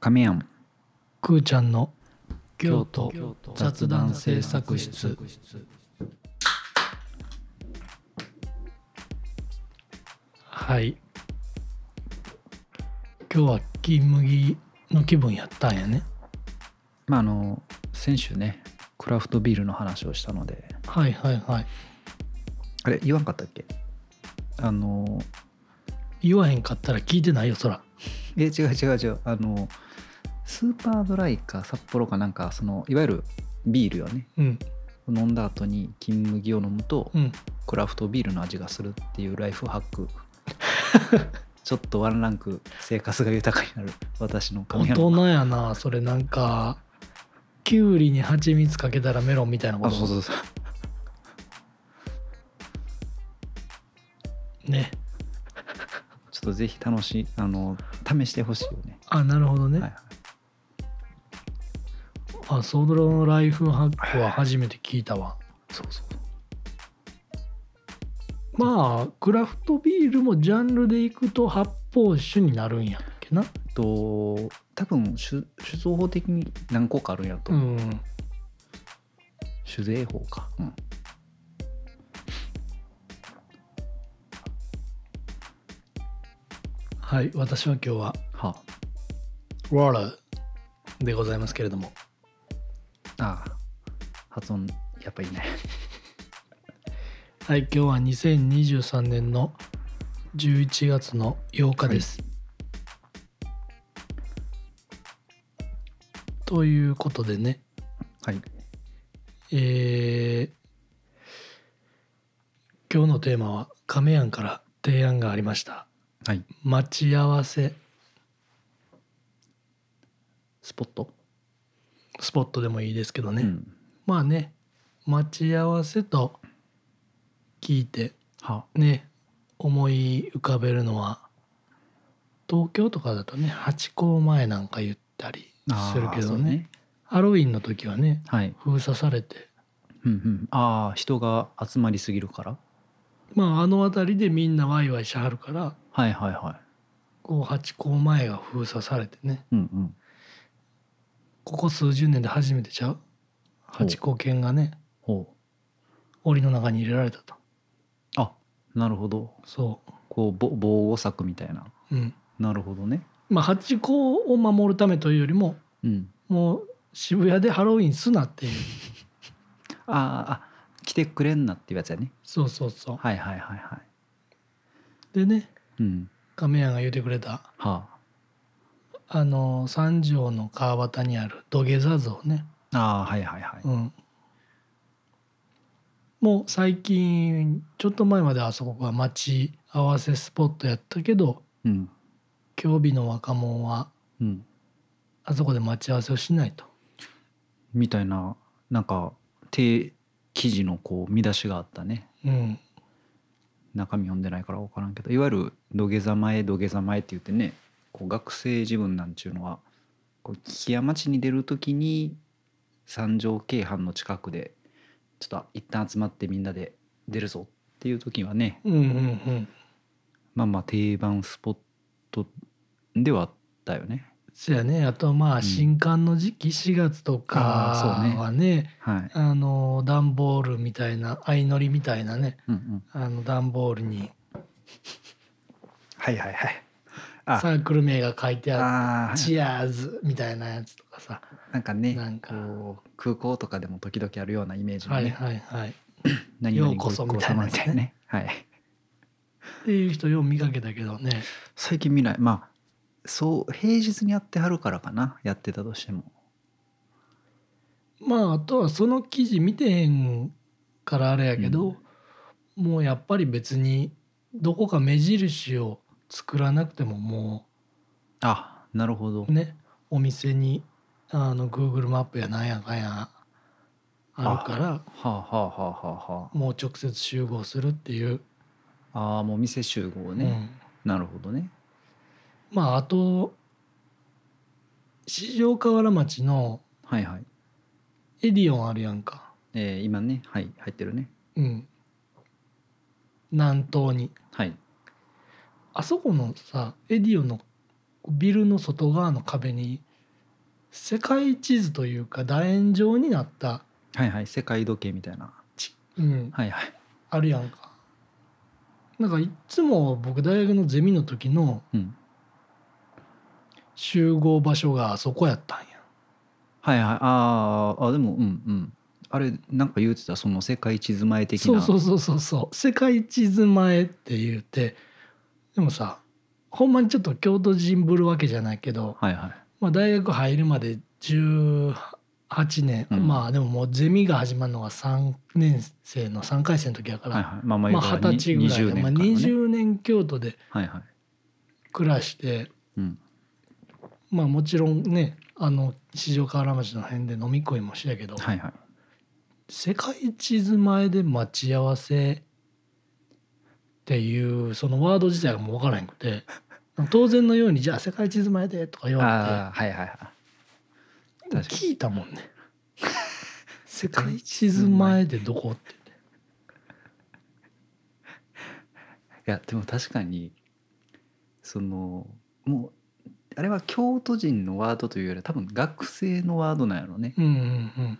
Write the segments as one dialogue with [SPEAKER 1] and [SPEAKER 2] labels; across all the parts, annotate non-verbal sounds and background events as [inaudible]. [SPEAKER 1] 亀やん
[SPEAKER 2] くーちゃんの京都雑
[SPEAKER 1] 雑
[SPEAKER 2] 談
[SPEAKER 1] 談
[SPEAKER 2] 制
[SPEAKER 1] 制
[SPEAKER 2] 作
[SPEAKER 1] 作
[SPEAKER 2] 室
[SPEAKER 1] 室
[SPEAKER 2] はい今日は金麦の気分やったんやね
[SPEAKER 1] まああの先週ねクラフトビールの話をしたので
[SPEAKER 2] はいはいはい
[SPEAKER 1] あれ言わんかったっけあの
[SPEAKER 2] 言わへんかったら聞いてないよそら
[SPEAKER 1] え違う違う違うあのスーパードライか札幌かなんかそのいわゆるビールよね
[SPEAKER 2] うん
[SPEAKER 1] 飲んだ後に金麦を飲むと
[SPEAKER 2] うん
[SPEAKER 1] クラフトビールの味がするっていうライフハック [laughs] ちょっとワンランク生活が豊かになる私の亀
[SPEAKER 2] 大
[SPEAKER 1] やん
[SPEAKER 2] 人やなそれなんかきゅうりに蜂蜜かけたらメロンみたいなこ
[SPEAKER 1] あ
[SPEAKER 2] と
[SPEAKER 1] そうそうそう
[SPEAKER 2] ね
[SPEAKER 1] ちょっとぜひ楽しいあの試してほしいよね
[SPEAKER 2] あなるほどね、
[SPEAKER 1] はいはい
[SPEAKER 2] あソドロのライフハックは初めて聞いたわ
[SPEAKER 1] そうそう
[SPEAKER 2] まあクラフトビールもジャンルでいくと発泡酒になるんやっけな
[SPEAKER 1] と多分酒酒造法的に何個かあるんやと、
[SPEAKER 2] うん
[SPEAKER 1] 酒税法か、うん、
[SPEAKER 2] はい私は今日は
[SPEAKER 1] は
[SPEAKER 2] 「ワラ」でございますけれども
[SPEAKER 1] あああ発音やっぱいい [laughs] ね
[SPEAKER 2] はい今日は2023年の11月の8日です、ということでね
[SPEAKER 1] はい
[SPEAKER 2] えー今日のテーマは亀庵から提案がありました
[SPEAKER 1] はい
[SPEAKER 2] 待ち合わせ
[SPEAKER 1] スポット、
[SPEAKER 2] スポットでもいいですけどね、
[SPEAKER 1] うん、
[SPEAKER 2] まあね待ち合わせと聞いて
[SPEAKER 1] は
[SPEAKER 2] ね思い浮かべるのは東京とかだとね八甲前なんか言ったり
[SPEAKER 1] あ
[SPEAKER 2] するけ
[SPEAKER 1] あーそ
[SPEAKER 2] ど
[SPEAKER 1] う
[SPEAKER 2] ねハロウィンの時はね
[SPEAKER 1] はい、
[SPEAKER 2] 封鎖されて
[SPEAKER 1] うんうん、ああ人が集まりすぎるから
[SPEAKER 2] まああの辺りでみんなワイワイしはるから
[SPEAKER 1] はいはいは
[SPEAKER 2] こう八甲前が封鎖されてね
[SPEAKER 1] いうんうん
[SPEAKER 2] ここ数十年で初めてちゃう
[SPEAKER 1] ほう
[SPEAKER 2] 八甲犬がね
[SPEAKER 1] ほ
[SPEAKER 2] 檻の中に入れられたと
[SPEAKER 1] うあなるほど
[SPEAKER 2] そ
[SPEAKER 1] こうぼ防護策みたいな
[SPEAKER 2] ううん
[SPEAKER 1] なるほどね
[SPEAKER 2] まあ八甲を守るためというよりも
[SPEAKER 1] うん
[SPEAKER 2] もう渋谷でハロウィンすなっていう
[SPEAKER 1] あああ来てくれんなっていうやつやね
[SPEAKER 2] そうそうそう
[SPEAKER 1] はいはいはいは
[SPEAKER 2] でね
[SPEAKER 1] いうん
[SPEAKER 2] 亀屋が言うてくれた
[SPEAKER 1] は
[SPEAKER 2] あの三条の川端にある土下座像ね、
[SPEAKER 1] あああはいはいはい、
[SPEAKER 2] うん、もう最近ちょっと前まであそこが待ち合わせスポットやったけど
[SPEAKER 1] うん
[SPEAKER 2] 今日日の若者は
[SPEAKER 1] うん、
[SPEAKER 2] あそこで待ち合わせをしないと
[SPEAKER 1] みたいななんか手記事のこう見出しがあったね
[SPEAKER 2] うん
[SPEAKER 1] 中身読んでないから分からんけどいわゆる「土下座前土下座前」って言ってねこう学生自分なんちゅうのはこう木屋町に出る時に三条京阪の近くでちょっと一旦集まってみんなで出るぞっていう時はね
[SPEAKER 2] うんうんうん
[SPEAKER 1] まあまあ定番スポットではあったよね。
[SPEAKER 2] そやねあとまあ新刊の時期4月とか
[SPEAKER 1] あーそうね
[SPEAKER 2] はね
[SPEAKER 1] はい、
[SPEAKER 2] あの段ボールみたいな相乗りみたいなね
[SPEAKER 1] うんうん、
[SPEAKER 2] あの段ボールに
[SPEAKER 1] はいはいはい。あ
[SPEAKER 2] サークル名が書いてあ
[SPEAKER 1] あ
[SPEAKER 2] る「
[SPEAKER 1] ー
[SPEAKER 2] チアーズ」みたいなやつとかさ
[SPEAKER 1] なんかね
[SPEAKER 2] なんか
[SPEAKER 1] こう空港とかでも時々あるようなイメージのね、
[SPEAKER 2] はいはいはいっ
[SPEAKER 1] 何々ご
[SPEAKER 2] ようこそ
[SPEAKER 1] ご
[SPEAKER 2] み
[SPEAKER 1] 苦労
[SPEAKER 2] たいな
[SPEAKER 1] 様み
[SPEAKER 2] やつね
[SPEAKER 1] たいなね、はい、
[SPEAKER 2] ていう人よう見かけたけどね
[SPEAKER 1] 最近見ないまあそう平日にやってはるからかなやってたとしても
[SPEAKER 2] まああとはその記事見てへんからあれやけど、もうやっぱり別にどこか目印を作らなくてもも
[SPEAKER 1] あなるほど、
[SPEAKER 2] うねお店にあの Google マップやなんやかんやあるから
[SPEAKER 1] はあはあはあはあは
[SPEAKER 2] もう直接集合するっていう、
[SPEAKER 1] ああーもう店集合
[SPEAKER 2] う
[SPEAKER 1] ね、
[SPEAKER 2] ん
[SPEAKER 1] なるほどね
[SPEAKER 2] まああと四条河原町の
[SPEAKER 1] はいはい、
[SPEAKER 2] エディオンあるやんか、
[SPEAKER 1] えー、今ねはい入ってるね
[SPEAKER 2] うん、南東に
[SPEAKER 1] はい
[SPEAKER 2] あそこのさエディオンのビルの外側の壁に世界地図というか楕円状になった、
[SPEAKER 1] はいはい世界時計みたいな
[SPEAKER 2] うん、
[SPEAKER 1] はいはい
[SPEAKER 2] あるやんか。なんかいっつも僕大学のゼミの時の
[SPEAKER 1] うん
[SPEAKER 2] 集合場所があそこやったんや。
[SPEAKER 1] はいはいあーあでもうんうんあれなんか言うてたその世界地図前的
[SPEAKER 2] そ
[SPEAKER 1] な
[SPEAKER 2] うそうそうそうそう世界地図前って言うてでもさほんまにちょっと京都人ぶるわけじゃないけど、
[SPEAKER 1] はいはい
[SPEAKER 2] まあ、大学入るまで18年、
[SPEAKER 1] うん
[SPEAKER 2] まあでももうゼミが始まるのが3年生の3回生の時やから、
[SPEAKER 1] はいはいまあまあ
[SPEAKER 2] まあ
[SPEAKER 1] 言うた
[SPEAKER 2] 二
[SPEAKER 1] ら
[SPEAKER 2] 十歳ぐら
[SPEAKER 1] 20年
[SPEAKER 2] いで、ま
[SPEAKER 1] 間
[SPEAKER 2] あ、
[SPEAKER 1] のね
[SPEAKER 2] 20年京都で
[SPEAKER 1] はいはい
[SPEAKER 2] 暮らして
[SPEAKER 1] うん
[SPEAKER 2] まあもちろんねあの四条河原町の辺で飲み食いもしたけど、
[SPEAKER 1] はいはい
[SPEAKER 2] 世界地図前で待ち合わせっていうそのワード自体がもう分からへんくて当然のように「じゃあ世界地図前で」とか言わ
[SPEAKER 1] ああーはいはいはい
[SPEAKER 2] れ
[SPEAKER 1] ー確
[SPEAKER 2] て
[SPEAKER 1] かに
[SPEAKER 2] 聞いたもん
[SPEAKER 1] [laughs]
[SPEAKER 2] ね「世界地図前でどこ?」って
[SPEAKER 1] いやでも確かにそのもうあれは京都人のワードというよりは多分学生のワードなんやろうね。
[SPEAKER 2] うんうん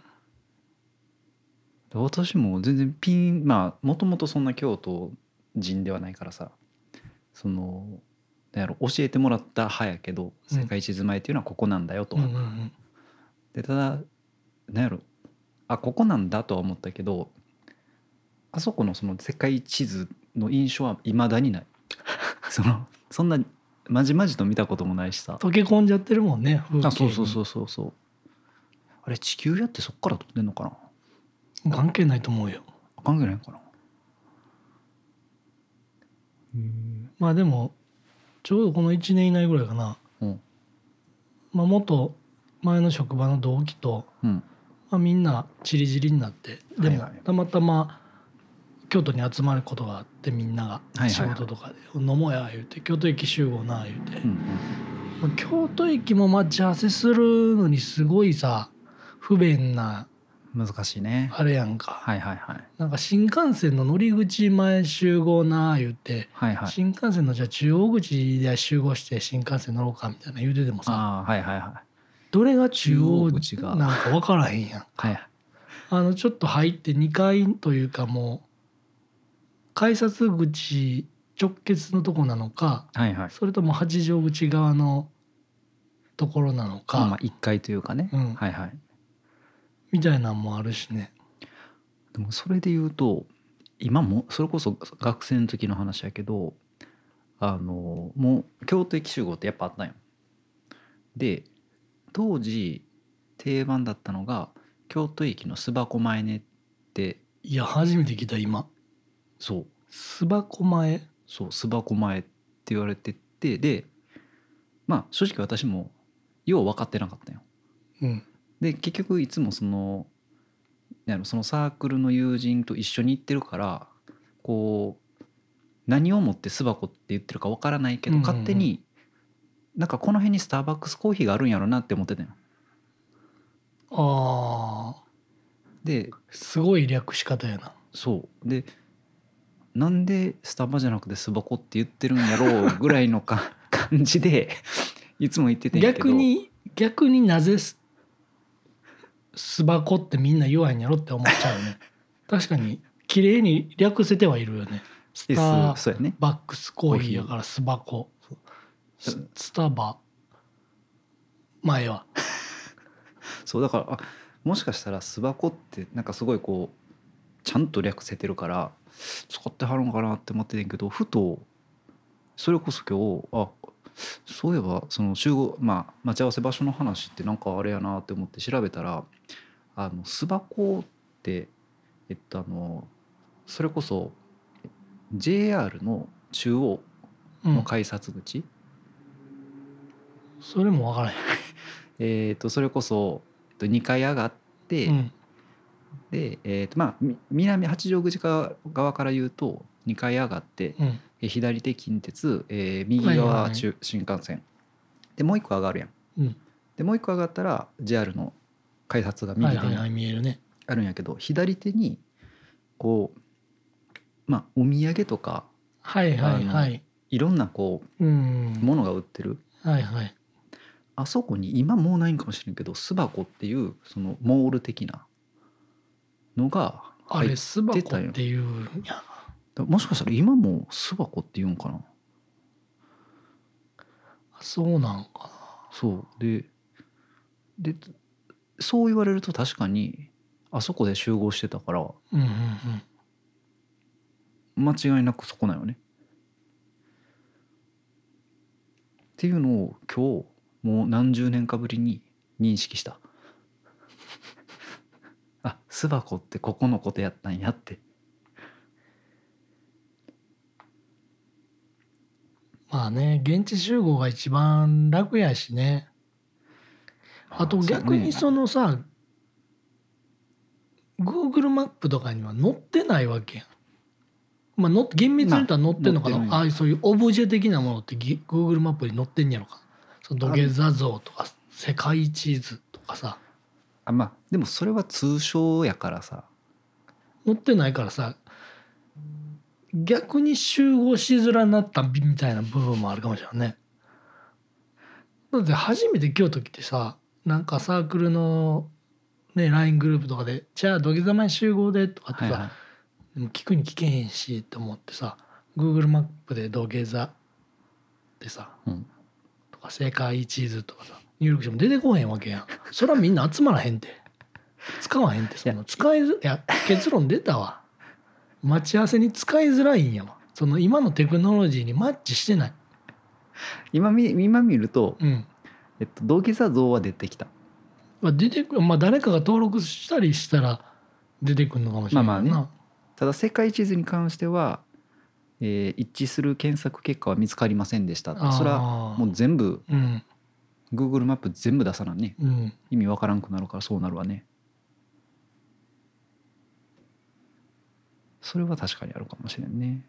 [SPEAKER 1] 私も全然ピンまあもともとそんな京都人ではないからさそのなんやろ教えてもらった派やけど
[SPEAKER 2] うん
[SPEAKER 1] 世界地図前っていうのはここなんだよと。
[SPEAKER 2] うんうんうんうん
[SPEAKER 1] でただなんやろあここなんだとは思ったけどあそこのその世界地図の印象はいまだに
[SPEAKER 2] [laughs]
[SPEAKER 1] ないそのそんなまじまじと見たこともないしさ
[SPEAKER 2] 溶け込んじゃってるもんね風景に
[SPEAKER 1] あそうそうそうそうそうあれ地球やってそっから撮ってんのかな
[SPEAKER 2] 関係ないと思うよ
[SPEAKER 1] あ関係ないのかな
[SPEAKER 2] まあでもちょうどこの1年以内ぐらいかな、
[SPEAKER 1] うん
[SPEAKER 2] まあ、元前の職場の同期と
[SPEAKER 1] うん
[SPEAKER 2] まあ、みんな散り散りになってでも
[SPEAKER 1] はいはい
[SPEAKER 2] たまたま京都に集まることがあってみんな
[SPEAKER 1] いは
[SPEAKER 2] が
[SPEAKER 1] い
[SPEAKER 2] 仕事とかで「飲もうや」言うて「京都駅集合な」言うて
[SPEAKER 1] うん
[SPEAKER 2] まあ京都駅も待ち合わせするのにすごいさ不便な
[SPEAKER 1] うん難しいね
[SPEAKER 2] あれやんか
[SPEAKER 1] はいはいはい
[SPEAKER 2] なんか新幹線の乗り口前集合な言うて
[SPEAKER 1] はいはい
[SPEAKER 2] 新幹線のじゃあ中央口で集合して新幹線乗ろうかみたいな言うててもさ
[SPEAKER 1] ああはいはいはい
[SPEAKER 2] どれが中
[SPEAKER 1] 中
[SPEAKER 2] 央
[SPEAKER 1] 央口が
[SPEAKER 2] なんか分からへんやん
[SPEAKER 1] はいはい
[SPEAKER 2] あのちょっと入って2階というかもう改札口直結のとこなのか
[SPEAKER 1] はいはい
[SPEAKER 2] それとも八丈口側のところなのか、
[SPEAKER 1] まあ1階というかね、
[SPEAKER 2] うん
[SPEAKER 1] はいはい
[SPEAKER 2] みたいなんもあるしね。
[SPEAKER 1] でもそれで言うと今もそれこそ学生の時の話やけどあのもう京都駅集合ってやっぱあったんよ。で当時定番だったのが京都駅の巣箱前ねって
[SPEAKER 2] いや初めて聞いた今
[SPEAKER 1] そう
[SPEAKER 2] 巣箱前
[SPEAKER 1] そう巣箱前って言われててでまあ正直私もよう分かってなかったんよ。
[SPEAKER 2] うん
[SPEAKER 1] で結局いつもそのなんやろそのサークルの友人と一緒に行ってるからこう何をもって巣箱って言ってるかわからないけど、
[SPEAKER 2] うんうんうん
[SPEAKER 1] 勝手になんかこの辺にスターバックスコーヒーがあるんやろなって思ってたよ。
[SPEAKER 2] あー
[SPEAKER 1] です
[SPEAKER 2] ごい略し方やな。
[SPEAKER 1] そうでなんでスタバじゃなくて巣箱って言ってるんやろうぐらいのか感じでいつも言っててんやけど
[SPEAKER 2] 逆に逆になぜす巣箱ってみんな言わへんやろって思っちゃう [laughs] ね確かに綺麗に略せてはいるよねスタ
[SPEAKER 1] えそう
[SPEAKER 2] ー
[SPEAKER 1] そうやね
[SPEAKER 2] バックスコーヒーやから巣箱ススタバ前は
[SPEAKER 1] そうだからあもしかしたら巣箱ってなんかすごいこうちゃんと略せてるから使ってはるんかなって思っててんけどふとそれこそ今日あそういえばその集合まあ待ち合わせ場所の話ってなんかあれやなって思って調べたらあの巣箱ってえっとあのそれこそ JR の中央
[SPEAKER 2] う
[SPEAKER 1] の
[SPEAKER 2] ん
[SPEAKER 1] 改札口、
[SPEAKER 2] それも分からへ
[SPEAKER 1] えっとそれこそ、えっと、2階上がって、
[SPEAKER 2] ん、うん、
[SPEAKER 1] で、えーとまあ、み南八丈口側側から言うと2階上がって、
[SPEAKER 2] うん、
[SPEAKER 1] えー左手近鉄、えー右
[SPEAKER 2] はいはいは
[SPEAKER 1] 側
[SPEAKER 2] い
[SPEAKER 1] 中、新幹線でもう一個上がるやん、
[SPEAKER 2] うん
[SPEAKER 1] でもう一個上がったら JR の改札が
[SPEAKER 2] は
[SPEAKER 1] 右
[SPEAKER 2] い
[SPEAKER 1] 手
[SPEAKER 2] はい
[SPEAKER 1] に
[SPEAKER 2] はい見えるね
[SPEAKER 1] あるんやけど、左手にこうまあお土産とか
[SPEAKER 2] はいはいはい
[SPEAKER 1] いろんなこ
[SPEAKER 2] うん
[SPEAKER 1] うものが売ってる
[SPEAKER 2] はいはい
[SPEAKER 1] あそこに今もうないんかもしれんけど巣箱っていうそのモール的なのが
[SPEAKER 2] あ
[SPEAKER 1] 入
[SPEAKER 2] れ
[SPEAKER 1] っ
[SPEAKER 2] 巣箱っていうんや
[SPEAKER 1] もしかしたら今も巣箱って言うんかな
[SPEAKER 2] そうなんか
[SPEAKER 1] そうででそう言われると確かにあそこで集合してたから
[SPEAKER 2] なうんうんうん
[SPEAKER 1] 間違いなくそこなんよね。っていうのを今日もう何十年かぶりに認識した。 [laughs] あ巣箱ってここのことやったんやって。
[SPEAKER 2] まあね現地集合が一番楽やしねあと逆に
[SPEAKER 1] う
[SPEAKER 2] そのさ Google マップとかには載ってないわけやん。まあ、載っ厳密に言ったら載ってんのかな、
[SPEAKER 1] まあ載って
[SPEAKER 2] あ
[SPEAKER 1] ない
[SPEAKER 2] あいうそういうオブジェ的なものってぎ Google マップに載ってんやろかその土下座像とか世界地図とかさ
[SPEAKER 1] あまあでもそれは通称やからさ
[SPEAKER 2] 載ってないからさ逆に集合しづらになったみたいな部分もあるかもしれないね。だって初めて京都来てさなんかサークルの、ね、LINE グループとかで「じゃあ土下座前集合で」とかってさ、
[SPEAKER 1] はいはい
[SPEAKER 2] でも聞くに聞けへんしと思ってさ Google マップで土下座でさ
[SPEAKER 1] うん
[SPEAKER 2] とか世界地図とかさ入力しても出てこへんわけやんそれはみんな集まらへんて使わへんてそ
[SPEAKER 1] い
[SPEAKER 2] の使いづいや結論出たわ待ち合わせに使いづらいんやわその今のテクノロジーにマッチしてない
[SPEAKER 1] 今見今見ると、
[SPEAKER 2] うん
[SPEAKER 1] えっと、同期座像は出てきた
[SPEAKER 2] まあ出てくるまあ誰かが登録したりしたら出てくるのかもしれないな、
[SPEAKER 1] まあまあただ世界地図に関しては、えー一致する検索結果は見つかりませんでした
[SPEAKER 2] あー
[SPEAKER 1] それはもう全部
[SPEAKER 2] うん
[SPEAKER 1] Google マップ全部出さなね
[SPEAKER 2] うん
[SPEAKER 1] 意味わからんくなるからそうなるわねそれは確かにあるかもしれんね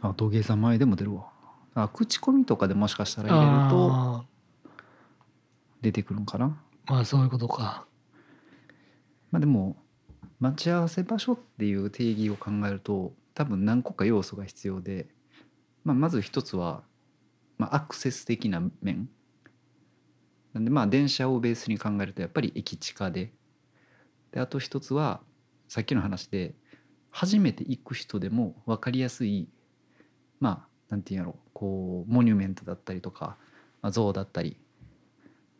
[SPEAKER 1] あ土下座前でも出るわあ口コミとかでもしかしたら入れると
[SPEAKER 2] あー
[SPEAKER 1] 出てくるんかな
[SPEAKER 2] まあそういうことか
[SPEAKER 1] まあでも待ち合わせ場所っていう定義を考えると多分何個か要素が必要で、まあ、まず一つは、まあ、アクセス的な面なんでまあ電車をベースに考えるとやっぱり駅地下でであと一つはさっきの話で初めて行く人でも分かりやすいまあなんていうんやろこうモニュメントだったりとか、まあ、像だったり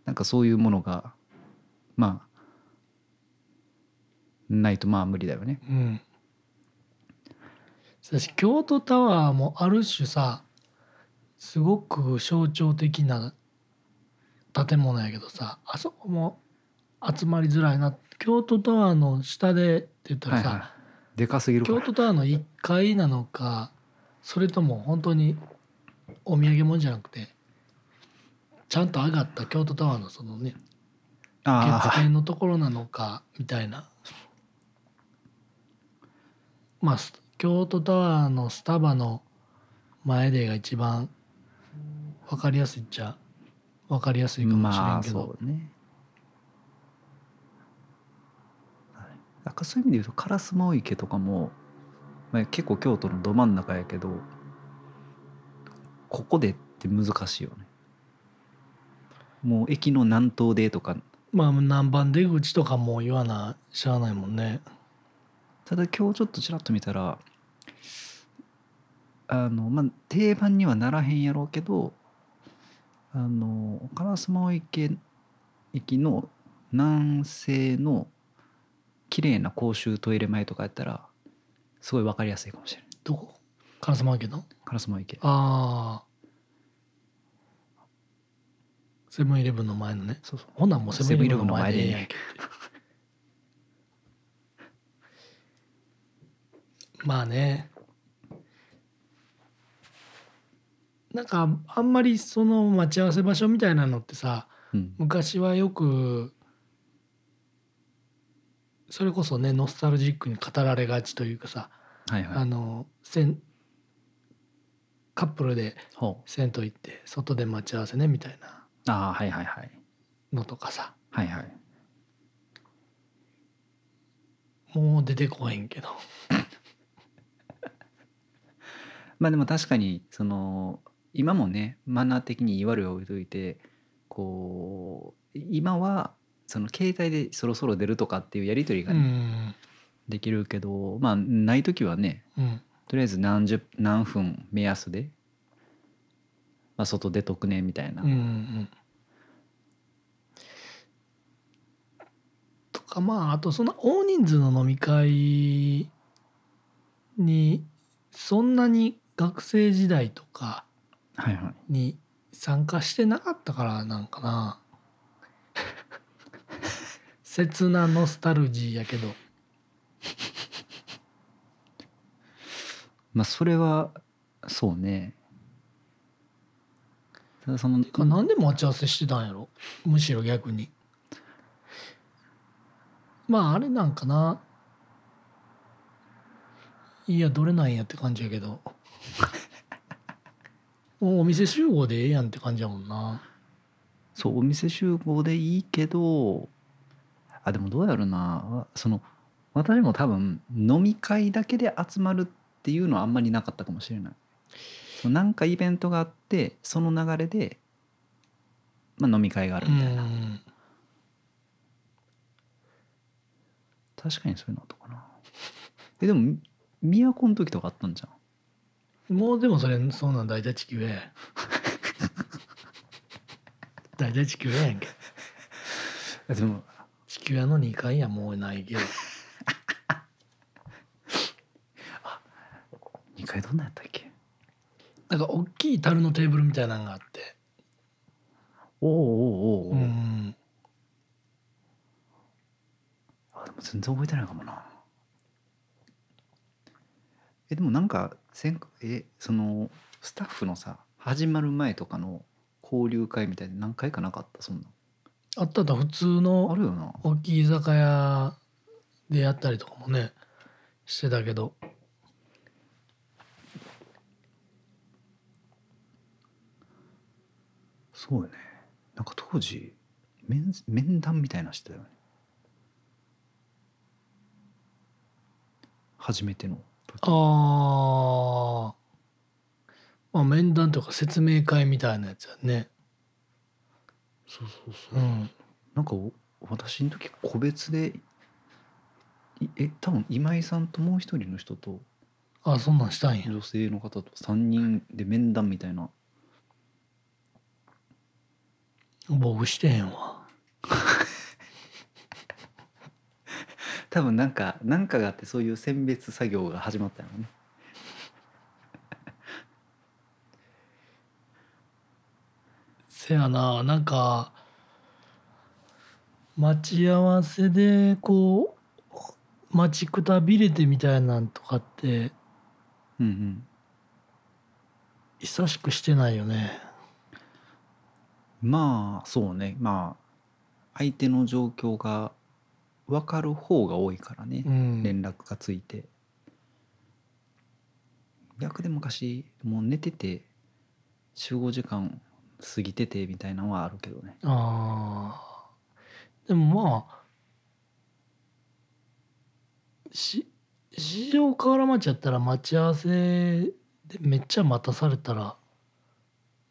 [SPEAKER 1] なんかそういうものがまあないとまあ無理だよね。
[SPEAKER 2] うん。しかし京都タワーもある種さすごく象徴的な建物やけどさあそこも集まりづらいな京都タワーの下でって言ったらさ、
[SPEAKER 1] はいはでかすぎるか
[SPEAKER 2] 京
[SPEAKER 1] ら。
[SPEAKER 2] 都タワーの1階なのかそれとも本当にお土産物じゃなくてちゃんと上がった京都タワーのそのね
[SPEAKER 1] あ
[SPEAKER 2] 月
[SPEAKER 1] あ
[SPEAKER 2] 面のところなのかみたいなまあス京都タワーのスタバの前でが一番分かりやすいっちゃ分かりやすいかもしれ
[SPEAKER 1] ま
[SPEAKER 2] ん
[SPEAKER 1] あ
[SPEAKER 2] けど、
[SPEAKER 1] そうね。はいなんかそういう意味で言うと烏丸池とかも、まあ、結構京都のど真ん中やけどここでって難しいよね。もう駅の南東でとか
[SPEAKER 2] まあ南蛮出口とかも言わなしゃあないもんね
[SPEAKER 1] ただ今日ちょっとちらっと見たらあのまあ定番にはならへんやろうけどあの烏丸池駅の南西の綺麗な公衆トイレ前とかやったらすごい分かりやすいかもしれない
[SPEAKER 2] どこ烏丸家の
[SPEAKER 1] 烏丸池
[SPEAKER 2] ああセブンイレブンの前のね
[SPEAKER 1] そうそう
[SPEAKER 2] ほんなんもうセブンイレブンの前でええやんけ。 [laughs] まあね。なんかあんまりその待ち合わせ場所みたいなのってさ
[SPEAKER 1] うん
[SPEAKER 2] 昔はよくそれこそねノスタルジックに語られがちというかさ、
[SPEAKER 1] はいは
[SPEAKER 2] あ
[SPEAKER 1] い
[SPEAKER 2] のせんカップルで
[SPEAKER 1] ほう
[SPEAKER 2] 銭湯行って外で待ち合わせねみたいな
[SPEAKER 1] ああはいはいはい
[SPEAKER 2] のとかさ
[SPEAKER 1] はいはい
[SPEAKER 2] もう出てこへんけど。
[SPEAKER 1] まあでも確かにその今もねマナー的にいわるを置いといてこう今はその携帯でそろそろ出るとかっていうやり取りが
[SPEAKER 2] う
[SPEAKER 1] ね、
[SPEAKER 2] ん
[SPEAKER 1] できるけどまあない時はね
[SPEAKER 2] うん
[SPEAKER 1] とりあえず何十何分目安で、まあ、外出とくねみたいな、
[SPEAKER 2] うんうんとかまああとそんな大人数の飲み会にそんなに学生時代とか
[SPEAKER 1] はいはい
[SPEAKER 2] に参加してなかったからなんかな [laughs] 切なノスタルジーやけど
[SPEAKER 1] まあそれはそうねただその
[SPEAKER 2] てかなんで待ち合わせしてたんやろむしろ逆にまああれなんかないやどれなんやって感じや
[SPEAKER 1] [laughs]
[SPEAKER 2] けどもうお店集合でええやんって感じやもんな
[SPEAKER 1] そうお店集合でいいけどあでもどうやるなその私も多分飲み会だけで集まるっていうのはあんまりなかったかもしれないそのなんかイベントがあってその流れで、まあ、飲み会がある
[SPEAKER 2] う
[SPEAKER 1] みたいな、
[SPEAKER 2] ん
[SPEAKER 1] 確かにそういうのあったかなえでも都の時とかあったんじゃん
[SPEAKER 2] もうでもそれそうなん大体
[SPEAKER 1] [laughs]
[SPEAKER 2] 地球や大体地球ややんけ
[SPEAKER 1] えでも
[SPEAKER 2] 地球屋の2階やもうないけど
[SPEAKER 1] 2回どんなんやったっけ
[SPEAKER 2] なんか大きい樽のテーブルみたいなのがあって
[SPEAKER 1] おうおうおうおう、
[SPEAKER 2] うん
[SPEAKER 1] あでも全然覚えてないかもなえでもなんかせんえそのスタッフのさ始まる前とかの交流会みたいで何回かなかったそん
[SPEAKER 2] あったと普通
[SPEAKER 1] なあ
[SPEAKER 2] の
[SPEAKER 1] るよな
[SPEAKER 2] 大きい居酒屋でやったりとかもねしてたけど
[SPEAKER 1] そうよねなんか当時面面談みたいなしてたよね初めての時
[SPEAKER 2] あーまあ面談とか説明会みたいなやつやね
[SPEAKER 1] そうそうそう
[SPEAKER 2] うん
[SPEAKER 1] なんかお私の時個別でいえ多分今井さんともう一人の人と
[SPEAKER 2] あそんなんしたんや
[SPEAKER 1] 女性の方と3人で面談みたいな
[SPEAKER 2] 僕してへんわ
[SPEAKER 1] 多分なんかなんかがあってそういう選別作業が始まったのね
[SPEAKER 2] せやななんか待ち合わせでこう待ちくたびれてみたいなんとかって
[SPEAKER 1] うんうん
[SPEAKER 2] 久しくしてないよね
[SPEAKER 1] まあそうねまあ相手の状況が分かる方が多いからね
[SPEAKER 2] う、ん
[SPEAKER 1] 連絡がついて逆で昔もう寝てて集合時間過ぎててみたいなのはあるけどね
[SPEAKER 2] あーでもまあし市場河原町やったら待ち合わせでめっちゃ待たされたら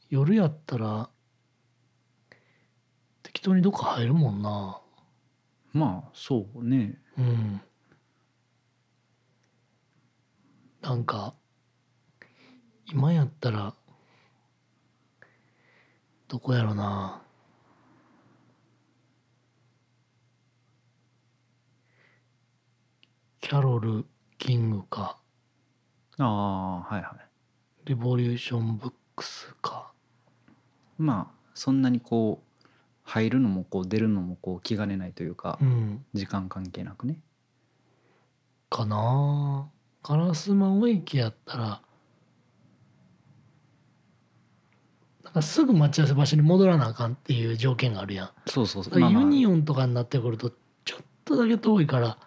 [SPEAKER 2] 夜やったら適当にどっか入るもんな
[SPEAKER 1] まあそうね
[SPEAKER 2] うんなんか今やったらどこやろなキャロル・キングか
[SPEAKER 1] ああはいはい
[SPEAKER 2] レボリューション・ブックスか
[SPEAKER 1] まあそんなにこう入るのもこう出るのもこう気兼ねないというか、
[SPEAKER 2] うん
[SPEAKER 1] 時間関係なくね
[SPEAKER 2] かな烏丸駅やったらなんかすぐ待ち合わせ場所に戻らなあかんっていう条件があるやん、
[SPEAKER 1] そうそうそ
[SPEAKER 2] だか
[SPEAKER 1] う、
[SPEAKER 2] らユニ
[SPEAKER 1] オン
[SPEAKER 2] オンとかになってくるとちょっとだけ遠いから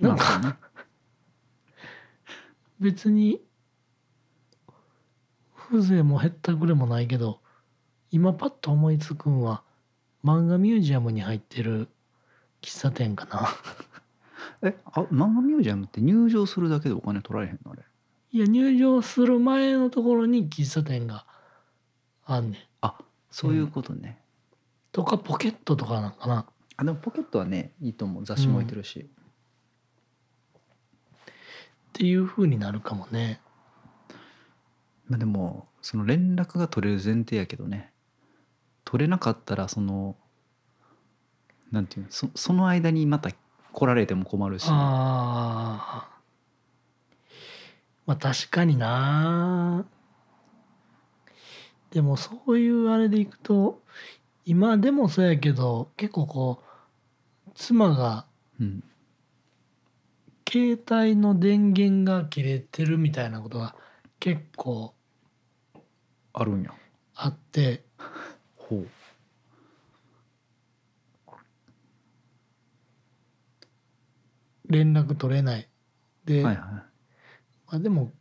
[SPEAKER 2] なんか
[SPEAKER 1] ね、
[SPEAKER 2] 別に風情も減ったくれもないけど今パッと思いつくんは漫画ミュージアムに入ってる喫茶店かな
[SPEAKER 1] えあ漫画ミュージアムって入場するだけでお金取られへんのあれ
[SPEAKER 2] いや入場する前のところに喫茶店があんねん
[SPEAKER 1] あそういうことね、
[SPEAKER 2] とかポケットとかなんかな
[SPEAKER 1] あでもポケットはねいいと思う雑誌も置いてるし、
[SPEAKER 2] っていう風になるかもね
[SPEAKER 1] まあ、でもその連絡が取れる前提やけどね取れなかったらそのなんていうのそその間にまた来られても困るし
[SPEAKER 2] ああまあ確かになでもそういうあれでいくと今でもそうやけど結構こう妻が
[SPEAKER 1] うん
[SPEAKER 2] 携帯の電源が切れてるみたいなことが結構
[SPEAKER 1] あるんや
[SPEAKER 2] あって
[SPEAKER 1] ほう
[SPEAKER 2] 連絡取れないで、
[SPEAKER 1] はいは
[SPEAKER 2] まあでも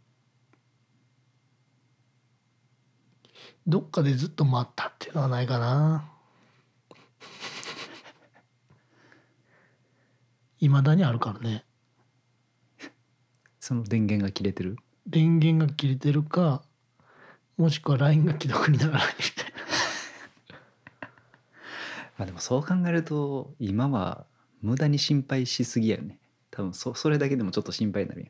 [SPEAKER 2] どっかでずっと待ったっていうのはないかな。いまだにあるからね
[SPEAKER 1] いその電源が切れてる
[SPEAKER 2] 電源が切れてるかもしくは LINE が既読にならないみたいな
[SPEAKER 1] あでもそう考えると今は無駄に心配しすぎやよね多分そそれだけでもちょっと心配になるやん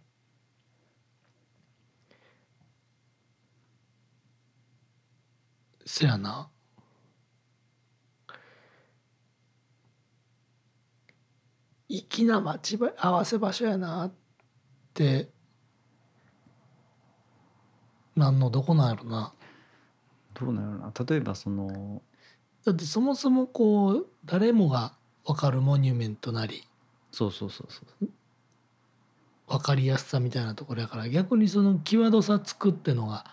[SPEAKER 2] せやな粋な待ち合わせ場所やなってなんのどこなんやろな
[SPEAKER 1] どうなるな例えばその
[SPEAKER 2] だってそもそもこう誰もが分かるモニュメントなり
[SPEAKER 1] そうそうそうそう
[SPEAKER 2] 分かりやすさみたいなところやから逆にその際どさ作ってのが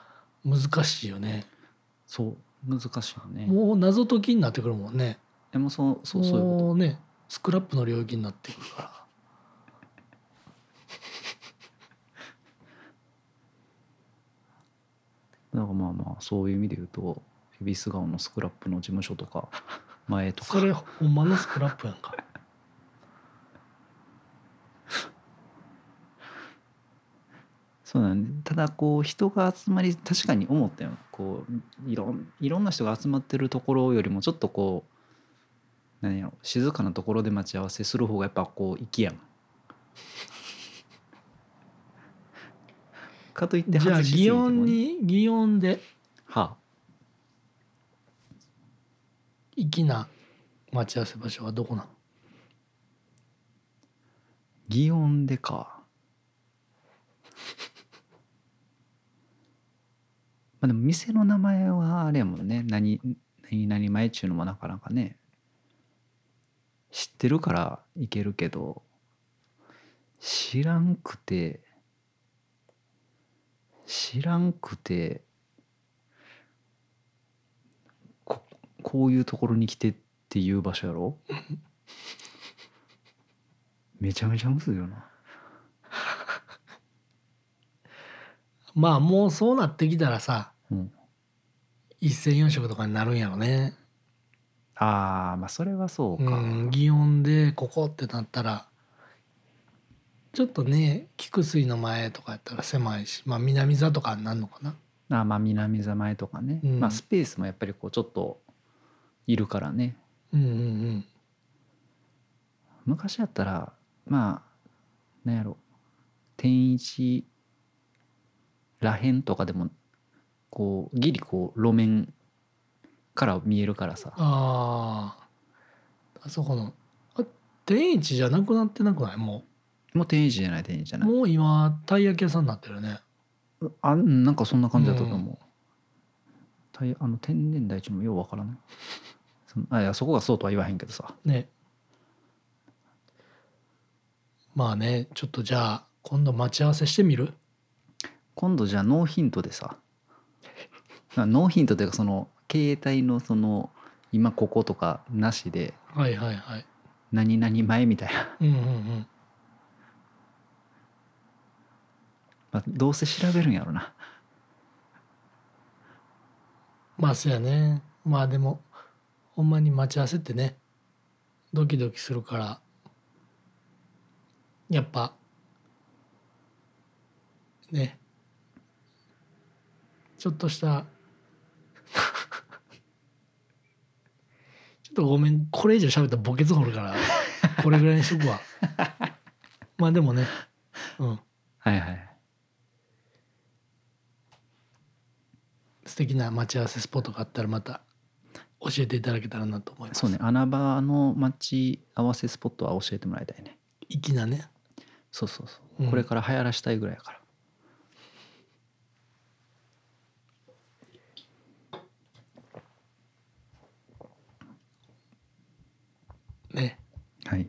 [SPEAKER 2] 難しいよね
[SPEAKER 1] そう難しいよね
[SPEAKER 2] もう謎解きになってくるもんね
[SPEAKER 1] でもそうそうそういうこ
[SPEAKER 2] もうねスクラップの領域になってくるから
[SPEAKER 1] となんかまあまあそういう意味で言うと恵比寿顔のスクラップの事務所とか前とか
[SPEAKER 2] それほんまのスクラップやんか
[SPEAKER 1] そうだねただこう人が集まり確かに思ったよこういろんいろんな人が集まってるところよりもちょっとこう何やろ静かなところで待ち合わせする方がやっぱこう粋や
[SPEAKER 2] [laughs]
[SPEAKER 1] ん。かといって
[SPEAKER 2] じゃあ
[SPEAKER 1] 外しすぎ
[SPEAKER 2] 擬
[SPEAKER 1] ても
[SPEAKER 2] 音
[SPEAKER 1] ね
[SPEAKER 2] に擬音で
[SPEAKER 1] は
[SPEAKER 2] 粋な待ち合わせ場所はどこなの
[SPEAKER 1] あ、擬音でか。 [laughs] まあでも店の名前はあれやもんね何何々前っちゅうのもなかなかね知ってるからいけるけど知らんくて知らんくてここういうところに来てっていう場所やろめちゃめちゃむずいよな。
[SPEAKER 2] まあもうそうなってきたらさ、
[SPEAKER 1] うん
[SPEAKER 2] 一斉四色とかになるんやろね
[SPEAKER 1] ああまあそれはそうか、
[SPEAKER 2] うん擬音でここってなったらちょっとね菊水の前とかやったら狭いしまあ南座とかになるのかな
[SPEAKER 1] あまあ南座前とかね、
[SPEAKER 2] うん
[SPEAKER 1] まあスペースもやっぱりこうちょっといるからね
[SPEAKER 2] うんうんうん
[SPEAKER 1] 昔やったらまあなんやろ天一らへんとかでもこうギリこう路面から見えるからさ
[SPEAKER 2] あーあそこのあ天一じゃなくなってなくないも
[SPEAKER 1] もう天一じゃない天一じゃ
[SPEAKER 2] う
[SPEAKER 1] ない
[SPEAKER 2] もう今たい焼き屋さんになってるね
[SPEAKER 1] あうんなんかそんな感じだったと思う、たいあの天然台地もようわからないそのあいやそこがそうとは言わへんけどさ
[SPEAKER 2] ねまあねちょっとじゃあ今度待ち合わせしてみる
[SPEAKER 1] 今度じゃあノーヒントでさなノーヒントというかその携帯のその今こことかなしで
[SPEAKER 2] はいはいはい
[SPEAKER 1] 何々前みたいな、
[SPEAKER 2] うんうんうん
[SPEAKER 1] まあ、どうせ調べるんやろな
[SPEAKER 2] まあそうやねまあでもほんまに待ち合わせってねドキドキするからやっぱねちょっとした [laughs] ちょっとごめんこれ以上喋ったら墓穴掘るからこれぐらいにしと
[SPEAKER 1] [laughs]
[SPEAKER 2] くわまあでもねうん
[SPEAKER 1] はいはい
[SPEAKER 2] 素敵な待ち合わせスポットがあったらまた教えていただけたらなと思います
[SPEAKER 1] そうね穴場の待ち合わせスポットは教えてもらいたいね
[SPEAKER 2] 粋なね
[SPEAKER 1] そうそうそうう、
[SPEAKER 2] ん
[SPEAKER 1] これから流行らしたいぐらいやから
[SPEAKER 2] ね
[SPEAKER 1] はい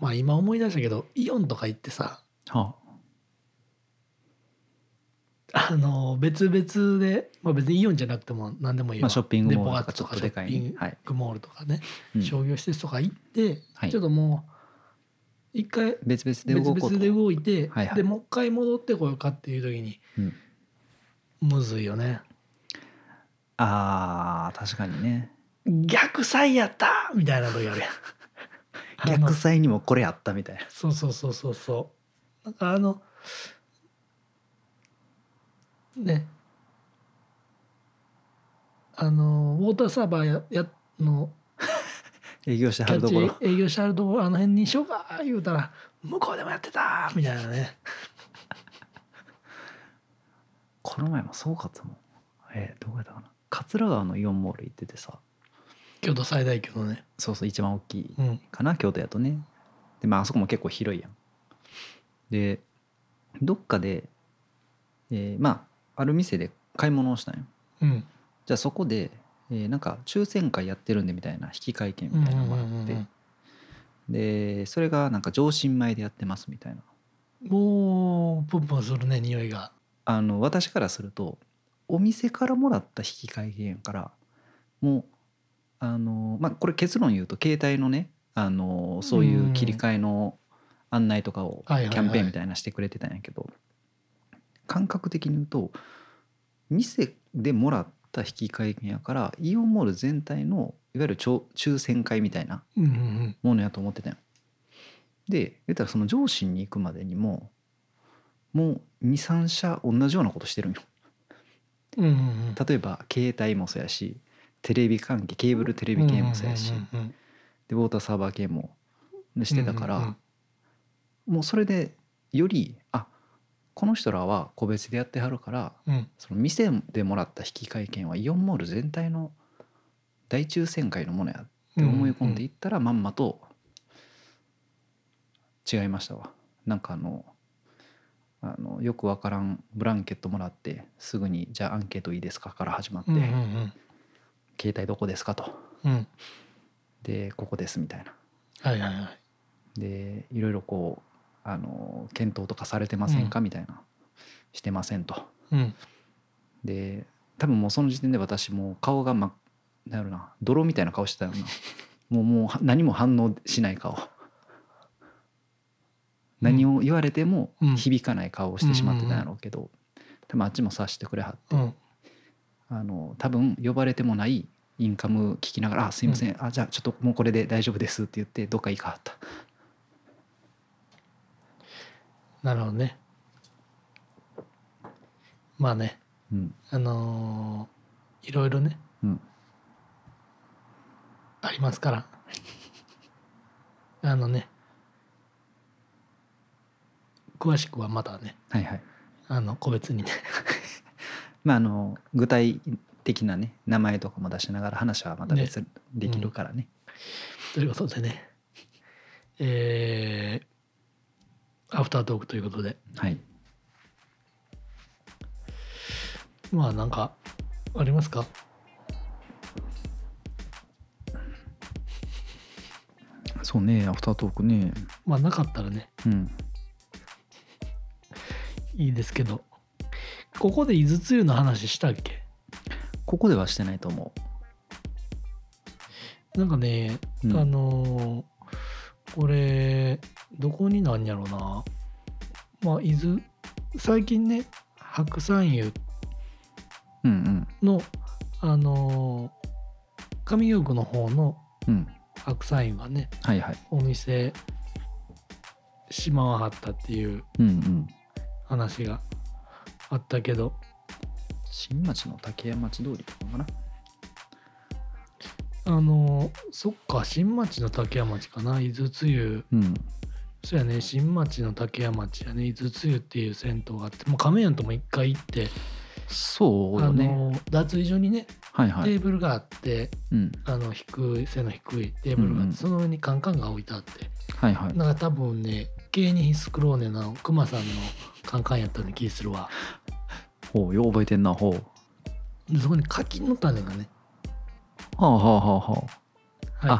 [SPEAKER 2] まあ今思い出したけどイオンとか行ってさ
[SPEAKER 1] はあ
[SPEAKER 2] あの別々で、まあ、別にイオンじゃなくても何でもいいわ
[SPEAKER 1] まあショッピングモールとかちょ
[SPEAKER 2] デポア
[SPEAKER 1] っとでかいね
[SPEAKER 2] ショッピン
[SPEAKER 1] はい
[SPEAKER 2] グモールとかね、
[SPEAKER 1] うん
[SPEAKER 2] 商業施設とか行って、
[SPEAKER 1] はい
[SPEAKER 2] ちょっともう一回
[SPEAKER 1] 別々で
[SPEAKER 2] 別
[SPEAKER 1] 動こうと
[SPEAKER 2] 々で動いて
[SPEAKER 1] はいはい
[SPEAKER 2] でもう一回戻ってこようかっていう時に
[SPEAKER 1] うん
[SPEAKER 2] むずいよね
[SPEAKER 1] あー確かにね
[SPEAKER 2] 逆サイやったみたいな時あるやん [laughs] あの
[SPEAKER 1] 逆サイにもこれあったみたいな
[SPEAKER 2] そうそうそうそうそうなんかあのねあのウォーターサーバーややの
[SPEAKER 1] 営業して
[SPEAKER 2] キ
[SPEAKER 1] は
[SPEAKER 2] ャ
[SPEAKER 1] るところ
[SPEAKER 2] ッチ営業してあるところあの辺にしようか言うたら向こうでもやってたみたいなね
[SPEAKER 1] この前もすごかったもんえーどこやったかな桂川のイオンモール行っててさ
[SPEAKER 2] 京都最大級のね
[SPEAKER 1] そうそう一番大きい
[SPEAKER 2] うん
[SPEAKER 1] かな京都やとねでまああそこも結構広いやんでどっかで、えーまあある店で買い物をしたんよ
[SPEAKER 2] うん
[SPEAKER 1] じゃあそこで、えーなんか抽選会やってるんでみたいな引換券
[SPEAKER 2] うん
[SPEAKER 1] み
[SPEAKER 2] う
[SPEAKER 1] たい
[SPEAKER 2] ん
[SPEAKER 1] なの
[SPEAKER 2] う
[SPEAKER 1] もらって、
[SPEAKER 2] んうん
[SPEAKER 1] でそれがなんか上新米でやってますみたいな
[SPEAKER 2] もうプンプンするね匂いが
[SPEAKER 1] あの私からするとお店からもらった引換券やからもうあのまあこれ結論言うと携帯のねあのそういう切り替えの案内とかをキ
[SPEAKER 2] はいはいはい
[SPEAKER 1] ャンペーンみたいなしてくれてたんやけど感覚的に言うと店でもらった引換券やからイオンモール全体のいわゆるちょ抽選会みたいな
[SPEAKER 2] うんうん
[SPEAKER 1] ものやと思ってたよで言ったらその上司に行くまでにももう23社同じようなことしてるんよ
[SPEAKER 2] うんうんうん
[SPEAKER 1] 例えば携帯もそうやしテレビ関係ケーブルテレビ系もそうやし、
[SPEAKER 2] うんうんうんうん
[SPEAKER 1] でウォーターサーバー系もしてたから、
[SPEAKER 2] うんうん
[SPEAKER 1] もうそれでよりあこの人らは個別でやってはるから
[SPEAKER 2] うんうん
[SPEAKER 1] その店でもらった引き換え券はイオンモール全体の大抽選会のものやって思い込んでいったらまんまと違いましたわなんかあのあのよくわからんブランケットもらってすぐに「じゃあアンケートいいですか?」から始まって
[SPEAKER 2] うんうん
[SPEAKER 1] 「携帯どこですか?」と
[SPEAKER 2] うんうん
[SPEAKER 1] 「でここです」みたいな
[SPEAKER 2] はいはいはい
[SPEAKER 1] でいろいろこうあの検討とかされてませんかみたいな「してません」と。
[SPEAKER 2] うん
[SPEAKER 1] で多分もうその時点で私もう顔が、ま、なんやろな泥みたいな顔してたよ [laughs] なもうもうは何も反応しない顔何を言われても
[SPEAKER 2] うん
[SPEAKER 1] 響かない顔をしてしまってたんやろうけど、多分あっちも察してくれはって
[SPEAKER 2] うん
[SPEAKER 1] あの多分呼ばれてもないインカム聞きながら「あすいません、あじゃあちょっともうこれで大丈夫です」って言ってどっか行かはった
[SPEAKER 2] なるほどねまあね
[SPEAKER 1] うん
[SPEAKER 2] あのーいろいろね
[SPEAKER 1] うん
[SPEAKER 2] ありますから [laughs] あのね詳しくはまたね
[SPEAKER 1] はいはい
[SPEAKER 2] あの個別にね [laughs]
[SPEAKER 1] まああの具体的なね名前とかも出しながら話はまた別にできるからね
[SPEAKER 2] ということでねえーアフタートークということで
[SPEAKER 1] はい
[SPEAKER 2] まあなんかありますか
[SPEAKER 1] そうねアフタートークね
[SPEAKER 2] まあなかったらね
[SPEAKER 1] うん
[SPEAKER 2] いいですけどここで井筒湯の話したっけ
[SPEAKER 1] ここではしてないと思
[SPEAKER 2] なんかね、
[SPEAKER 1] う、うん
[SPEAKER 2] あのーこれどこになんやろうなまあ伊豆最近ね白山湯
[SPEAKER 1] うん
[SPEAKER 2] のあのー上京区の方の
[SPEAKER 1] うんうん
[SPEAKER 2] 白山湯がね
[SPEAKER 1] はいはい
[SPEAKER 2] お店しまわはったっていう
[SPEAKER 1] うんうん
[SPEAKER 2] 話があったけど
[SPEAKER 1] 新町の竹屋町通りとかかな
[SPEAKER 2] あのそっか新町の竹屋町かな伊豆つゆ
[SPEAKER 1] うん
[SPEAKER 2] そうやね新町の竹屋町やね伊豆つゆっていう銭湯があってもう亀屋のとも一回行って、
[SPEAKER 1] そう
[SPEAKER 2] あ
[SPEAKER 1] よね
[SPEAKER 2] の脱衣所にね
[SPEAKER 1] はいは
[SPEAKER 2] テ
[SPEAKER 1] い
[SPEAKER 2] ーブルがあって、
[SPEAKER 1] うん
[SPEAKER 2] あの低い背の低いテーブルがあ
[SPEAKER 1] うん
[SPEAKER 2] って、
[SPEAKER 1] うん
[SPEAKER 2] その上にカンカンが置いてあって
[SPEAKER 1] はいはい
[SPEAKER 2] なんか多分ね芸人ヒスクローネのクマさんのカンカンやったような気するわ
[SPEAKER 1] ほうよう覚えてんなほう
[SPEAKER 2] でそこに柿の種がね
[SPEAKER 1] はあはあはあはあ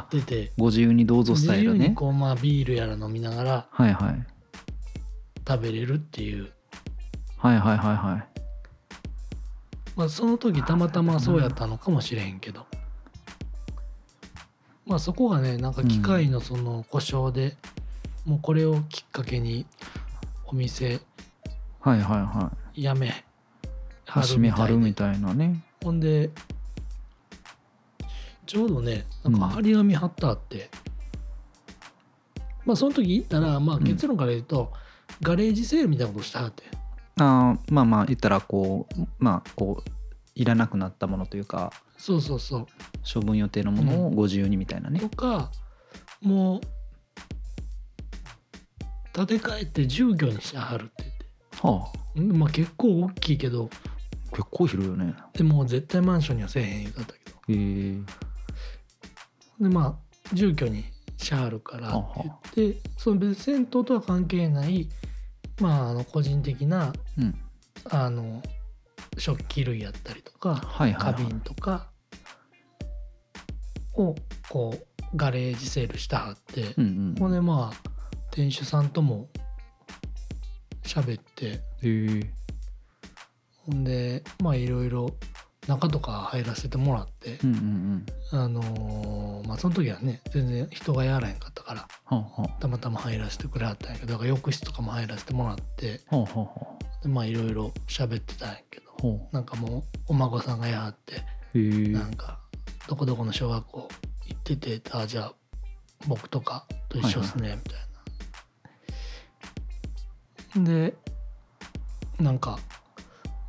[SPEAKER 2] 入ってて
[SPEAKER 1] ご自由にどうぞス
[SPEAKER 2] 自
[SPEAKER 1] タイ
[SPEAKER 2] 由
[SPEAKER 1] ル
[SPEAKER 2] に
[SPEAKER 1] ね
[SPEAKER 2] こう、まあ、ビールやら飲みながら
[SPEAKER 1] はいはい
[SPEAKER 2] 食べれるっていう、
[SPEAKER 1] はいはいはいはい
[SPEAKER 2] まあ、その時たまたまそうやったのかもしれへんけどまあそこがねなんか機械のその故障で、もうこれをきっかけにお店
[SPEAKER 1] はいはいはい
[SPEAKER 2] やめ
[SPEAKER 1] 始めはるみたいなね
[SPEAKER 2] ほんでちょうどねなんか
[SPEAKER 1] うん
[SPEAKER 2] 張り紙貼ってあって、まあその時行ったら、まあ、
[SPEAKER 1] うん
[SPEAKER 2] 結論から言うと、ガレージセールみたいなことしてはって
[SPEAKER 1] あーまあまあ言ったらこうまあこういらなくなったものというか
[SPEAKER 2] そうそうそう
[SPEAKER 1] 処分予定のものを
[SPEAKER 2] うん
[SPEAKER 1] ご自由にみたいなね
[SPEAKER 2] と、かもう建て替えて住居にしてはるって
[SPEAKER 1] はあ
[SPEAKER 2] 言ってんまあ結構大きいけど
[SPEAKER 1] 結構広いよね
[SPEAKER 2] でも絶対マンションにはせえへん言うてはったけど
[SPEAKER 1] へえ
[SPEAKER 2] でまあ住居にシャールからって言ってその別に銭湯とは関係ないまああの個人的な
[SPEAKER 1] うん
[SPEAKER 2] あの食器類やったりとか
[SPEAKER 1] はいは
[SPEAKER 2] 花
[SPEAKER 1] いはい
[SPEAKER 2] 瓶とかをこうガレージセールしてはって
[SPEAKER 1] う、んう
[SPEAKER 2] ほん
[SPEAKER 1] んへ
[SPEAKER 2] でまあ店主さんとも喋って
[SPEAKER 1] え
[SPEAKER 2] ほんでまあいろいろ中とか入らせてもらって
[SPEAKER 1] う、んうんうん
[SPEAKER 2] あのーまあその時はね全然人がやらへんかったから
[SPEAKER 1] はあは
[SPEAKER 2] たまたま入らせてくれはったんやけどだから浴室とかも入らせてもらって
[SPEAKER 1] あはあはあは
[SPEAKER 2] でまあいろいろ喋ってたんやけど
[SPEAKER 1] あほ
[SPEAKER 2] なんかもうお孫さんがやはって
[SPEAKER 1] うへえ
[SPEAKER 2] なんかどこどこの小学校行っててあじゃあ僕とかと一緒っすねみたいな。でなんか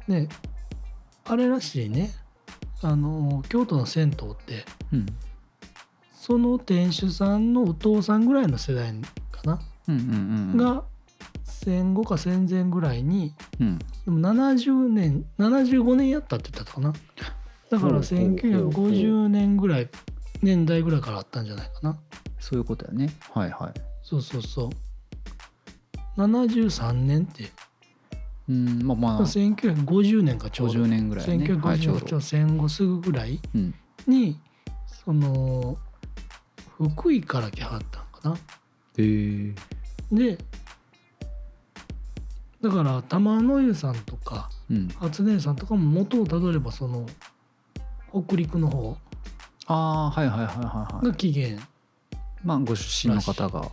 [SPEAKER 2] ねあれらしいねあの京都の銭湯って
[SPEAKER 1] うん
[SPEAKER 2] その店主さんのお父さんぐらいの世代かな、
[SPEAKER 1] うんうんうん
[SPEAKER 2] が戦後か戦前ぐらいに
[SPEAKER 1] うん
[SPEAKER 2] でも70年75年やったって言ったかなだから
[SPEAKER 1] ほうほうほう
[SPEAKER 2] 1950年ぐらい年代ぐらいからあったんじゃないかな
[SPEAKER 1] そういうことやねはいは
[SPEAKER 2] そうそうそう73年って
[SPEAKER 1] いうんまあまあ
[SPEAKER 2] 1950年かちょうど
[SPEAKER 1] 50年ぐらいねはいちょう
[SPEAKER 2] 1950年
[SPEAKER 1] ど
[SPEAKER 2] 戦後すぐぐらい
[SPEAKER 1] うん
[SPEAKER 2] にその福井から来はったんか
[SPEAKER 1] へ
[SPEAKER 2] な
[SPEAKER 1] え
[SPEAKER 2] でだから玉の湯さんとか
[SPEAKER 1] うん
[SPEAKER 2] 初音さんとかも元をたどればその北陸の方
[SPEAKER 1] ああーはいはいはいはいはい
[SPEAKER 2] が起源
[SPEAKER 1] まあご出身の方が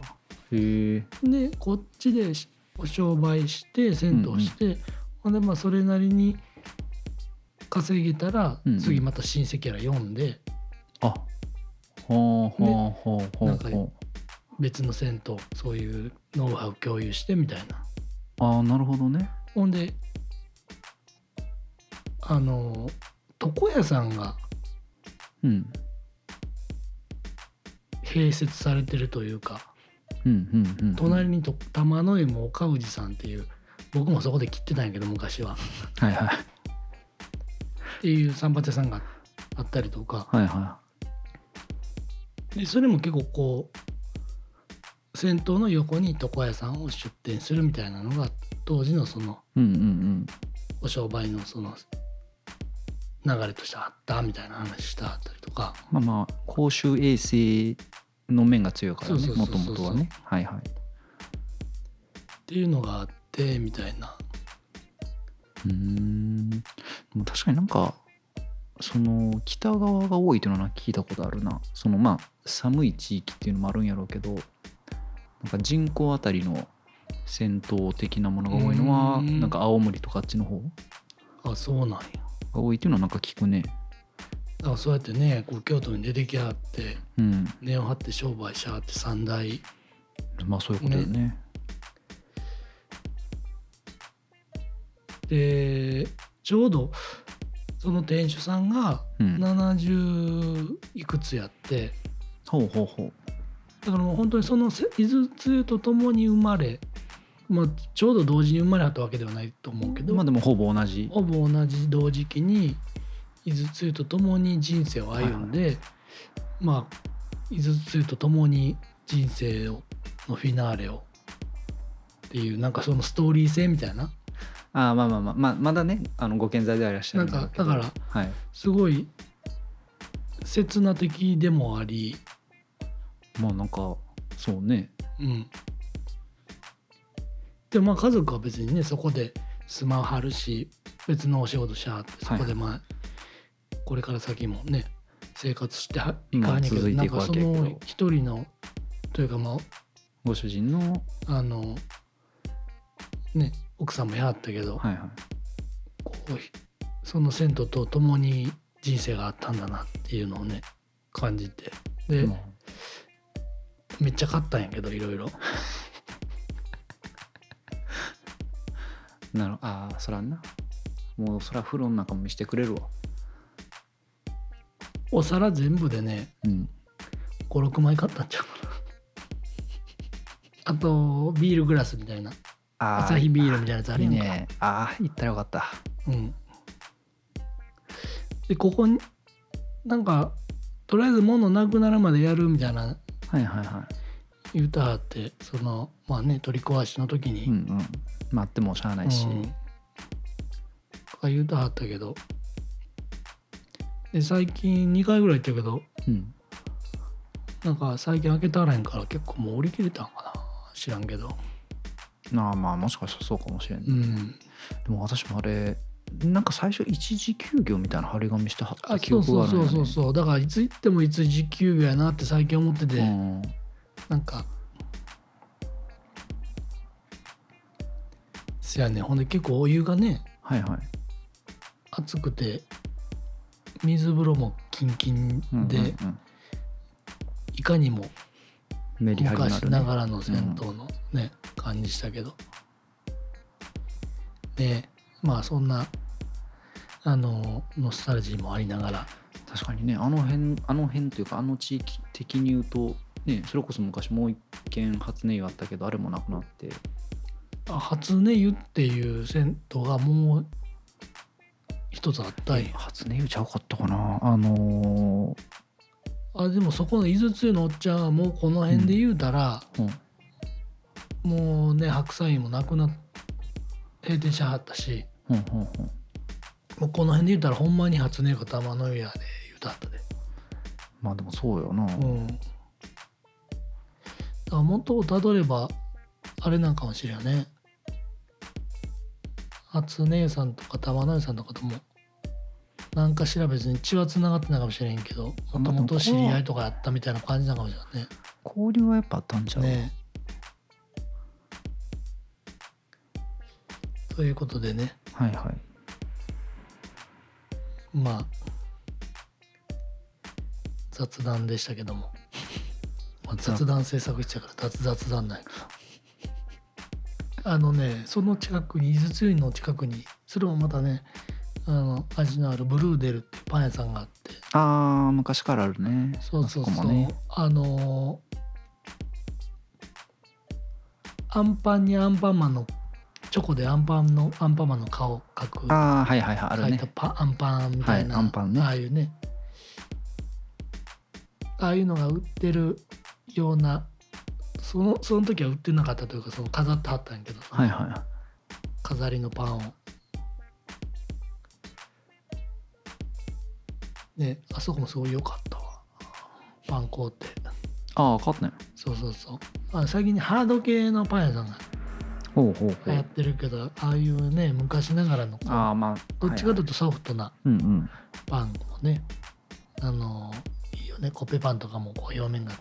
[SPEAKER 1] へえ
[SPEAKER 2] でこっちでしお商売して銭湯して、ほんでまあそれなりに稼げたら、
[SPEAKER 1] うんうん
[SPEAKER 2] 次また親戚やら読んで
[SPEAKER 1] あほうほうほうほう
[SPEAKER 2] なんか
[SPEAKER 1] ほう
[SPEAKER 2] 別の銭湯そういうノウハウ共有してみたいな
[SPEAKER 1] ああなるほどね
[SPEAKER 2] ほんであの床屋さんが
[SPEAKER 1] うん
[SPEAKER 2] 併設されてるというか
[SPEAKER 1] うんうんうんうん
[SPEAKER 2] 隣にと玉の湯も岡氏さんっていう僕もそこで切ってたんやけど昔は
[SPEAKER 1] はいはい
[SPEAKER 2] っていう散髪屋さんがあったりとか
[SPEAKER 1] はいは
[SPEAKER 2] でそれも結構こう先頭の横に床屋さんを出店するみたいなのが当時のその
[SPEAKER 1] いうんうんうん
[SPEAKER 2] お商売のその流れとしてあったみたいな話してあったりとか
[SPEAKER 1] まあまあ公衆衛生の面が強いからね
[SPEAKER 2] そうそ
[SPEAKER 1] も
[SPEAKER 2] うそ
[SPEAKER 1] と
[SPEAKER 2] うそう
[SPEAKER 1] もとはねはいはい
[SPEAKER 2] っていうのがあってみたいな
[SPEAKER 1] うーんでも確かになんかその北側が多いというのは聞いたことあるなそのまあ寒い地域っていうのもあるんやろうけどなんか人口あたりの戦闘的なものが多いの
[SPEAKER 2] う
[SPEAKER 1] は
[SPEAKER 2] ーん
[SPEAKER 1] なんか青森とかあっちの方
[SPEAKER 2] あそうなんや
[SPEAKER 1] が多いっていうのはなんか聞くね
[SPEAKER 2] だからそうやってねこう京都に出てきはって
[SPEAKER 1] うん
[SPEAKER 2] 根を張って商売しはって三大
[SPEAKER 1] まあそういうことよね
[SPEAKER 2] でちょうどその店主さんが
[SPEAKER 1] うん
[SPEAKER 2] 70いくつやって
[SPEAKER 1] ほうほうほう
[SPEAKER 2] だからもう本当にそのせ伊豆杖とともに生まれ、まあ、ちょうど同時に生まれたわけではないと思うけど、
[SPEAKER 1] まあでもほぼ同じ
[SPEAKER 2] ほぼ同じ同時期に伊豆杖とともに人生を歩んで、まあ伊豆杖とともに人生をのフィナーレをっていうなんかそのストーリー性みたいな
[SPEAKER 1] ああまあまあまあまあまだねあのご健在ではいらっしゃる
[SPEAKER 2] なんか
[SPEAKER 1] けど
[SPEAKER 2] だか
[SPEAKER 1] はい
[SPEAKER 2] すごい刹那的でもあり、
[SPEAKER 1] まあなんかそうね
[SPEAKER 2] うん、でまあ家族は別にねそこでスマホ張るし別のお仕事しはってそこでまあ、これから先もね生活しては
[SPEAKER 1] うん
[SPEAKER 2] いかはんねんけど
[SPEAKER 1] 続い
[SPEAKER 2] な
[SPEAKER 1] て
[SPEAKER 2] ん
[SPEAKER 1] いく
[SPEAKER 2] か
[SPEAKER 1] わ
[SPEAKER 2] そ
[SPEAKER 1] けやけど
[SPEAKER 2] の一人のというかま
[SPEAKER 1] ご主人の
[SPEAKER 2] ああのね奥さんもやはったけど、
[SPEAKER 1] はいはい
[SPEAKER 2] こうひその銭湯と共に人生があったんだなっていうのをね感じてで、
[SPEAKER 1] まあ
[SPEAKER 2] めっちゃ買ったんやけどいろいろ
[SPEAKER 1] なるああそらんなもうそら風呂の中も見してくれるわ
[SPEAKER 2] お皿全部でね
[SPEAKER 1] うん
[SPEAKER 2] 56枚買ったんちゃうかな [laughs] あとビールグラスみたいな
[SPEAKER 1] あー
[SPEAKER 2] アサヒビールみたいなやつある
[SPEAKER 1] いい
[SPEAKER 2] やんか
[SPEAKER 1] ねああ行ったらよかった
[SPEAKER 2] うんでここになんかとりあえず物なくなるまでやるみたいな
[SPEAKER 1] はいはいは
[SPEAKER 2] 言うたはってそのまあね取り壊しの時に、
[SPEAKER 1] いうんうん待ってもしゃあないし、
[SPEAKER 2] うんとか言うたはったけどで最近2回ぐらい行ったけど
[SPEAKER 1] うん、
[SPEAKER 2] なんか最近開けたらへんから結構もう売り切れたんかな知らんけど
[SPEAKER 1] まあまあもしかしたらそうかもしれん、
[SPEAKER 2] う
[SPEAKER 1] で
[SPEAKER 2] ん
[SPEAKER 1] も私もあれなんか最初一時休業みたいな張り紙してはっ
[SPEAKER 2] あ
[SPEAKER 1] た記
[SPEAKER 2] そう
[SPEAKER 1] 憶
[SPEAKER 2] そ
[SPEAKER 1] が
[SPEAKER 2] う
[SPEAKER 1] あるん
[SPEAKER 2] そ
[SPEAKER 1] よ
[SPEAKER 2] う
[SPEAKER 1] ね
[SPEAKER 2] そうそうだからいつ行ってもいつ時給業やなって最近思ってて、
[SPEAKER 1] うん
[SPEAKER 2] なんかせやねほんで結構お湯がね
[SPEAKER 1] はいはい
[SPEAKER 2] 熱くて水風呂もキンキンで、
[SPEAKER 1] うんうんうん
[SPEAKER 2] いかにも
[SPEAKER 1] メリハリにな
[SPEAKER 2] 昔
[SPEAKER 1] る、ね、
[SPEAKER 2] ながらの銭湯のね、感じしたけどねまあそんなあのノスタルジーもありながら
[SPEAKER 1] 確かにねあの辺あの辺というかあの地域的に言うと、ね、それこそ昔もう一軒初音湯あったけどあれもなくなって
[SPEAKER 2] あ初音湯っていう銭湯がもう一つあったんや
[SPEAKER 1] 初音湯ちゃうかったかなあの
[SPEAKER 2] あでもそこの伊豆2のおっちゃんはもうこの辺で言うたら、
[SPEAKER 1] ーうん
[SPEAKER 2] もうね白菜もなくなっ閉店しはったし
[SPEAKER 1] うんうんうん
[SPEAKER 2] もうこの辺で言うたらほんまに初音湯か玉の湯やで言うたったで
[SPEAKER 1] まあでもそうよな、
[SPEAKER 2] うんだから元をたどればあれなんかもしれんよね初音湯さんとか玉の湯さんとかともなんかしら別に血はつながってないかもしれんけどもともと知り合いとかやったみたいな感じなのかもしれんね
[SPEAKER 1] 交流はやっぱあったんちゃう、
[SPEAKER 2] ねえということでね
[SPEAKER 1] はいはい
[SPEAKER 2] まあ雑談でしたけ
[SPEAKER 1] [laughs]
[SPEAKER 2] ども、まあ、雑談制作室やから雑雑談ないあのねその近くに伊豆強いの近くにそれもまたねあの味のあるブルーデルっていうパン屋さんがあって
[SPEAKER 1] ああ昔からあるね
[SPEAKER 2] そうそう
[SPEAKER 1] あ
[SPEAKER 2] そ
[SPEAKER 1] こ
[SPEAKER 2] う。
[SPEAKER 1] もね
[SPEAKER 2] あのーアンパンにアンパンマンのチョコでアンパンのアンパンマンの顔を描く
[SPEAKER 1] ああはいはいはいあ
[SPEAKER 2] 描
[SPEAKER 1] る
[SPEAKER 2] い
[SPEAKER 1] ね
[SPEAKER 2] たパ、アンパンみたいな、
[SPEAKER 1] はいアンパンね
[SPEAKER 2] ああいうねああいうのが売ってるようなそのその時は売ってなかったというかその飾ってはったんやけど、
[SPEAKER 1] はいはいはい
[SPEAKER 2] 飾りのパンを。ねあそこもすごい良かったわパン工程。
[SPEAKER 1] ああ変わったよ
[SPEAKER 2] そうそうそうあ最近ねハード系のパン屋さんが
[SPEAKER 1] ほうほうほ
[SPEAKER 2] 流行っ
[SPEAKER 1] う
[SPEAKER 2] てるけど、ああいうね昔ながらのこう
[SPEAKER 1] ああまあ
[SPEAKER 2] どっちかというとソフトな
[SPEAKER 1] はいはいうんうん
[SPEAKER 2] パンもね、あのーいいよねコッペパンとかもこう表面が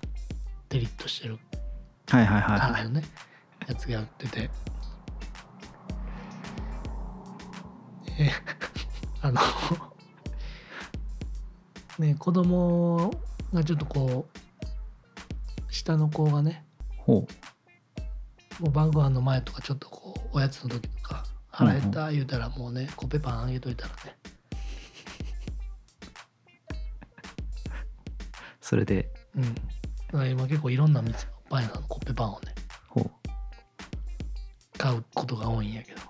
[SPEAKER 2] デリッとしてる
[SPEAKER 1] はいはいはい
[SPEAKER 2] 感
[SPEAKER 1] は
[SPEAKER 2] じ
[SPEAKER 1] い
[SPEAKER 2] のね、やつが売っててえ [laughs] あのね子供がちょっとこう下の子がね
[SPEAKER 1] ほ
[SPEAKER 2] もう晩ご飯の前とかちょっとこうおやつの時とか腹減った言うたらもうねコッペパンあげといたらね
[SPEAKER 1] それで
[SPEAKER 2] うんだから今結構いろんな店のパン屋さんのコッペパンをね
[SPEAKER 1] ほう
[SPEAKER 2] 買うことが多いんやけど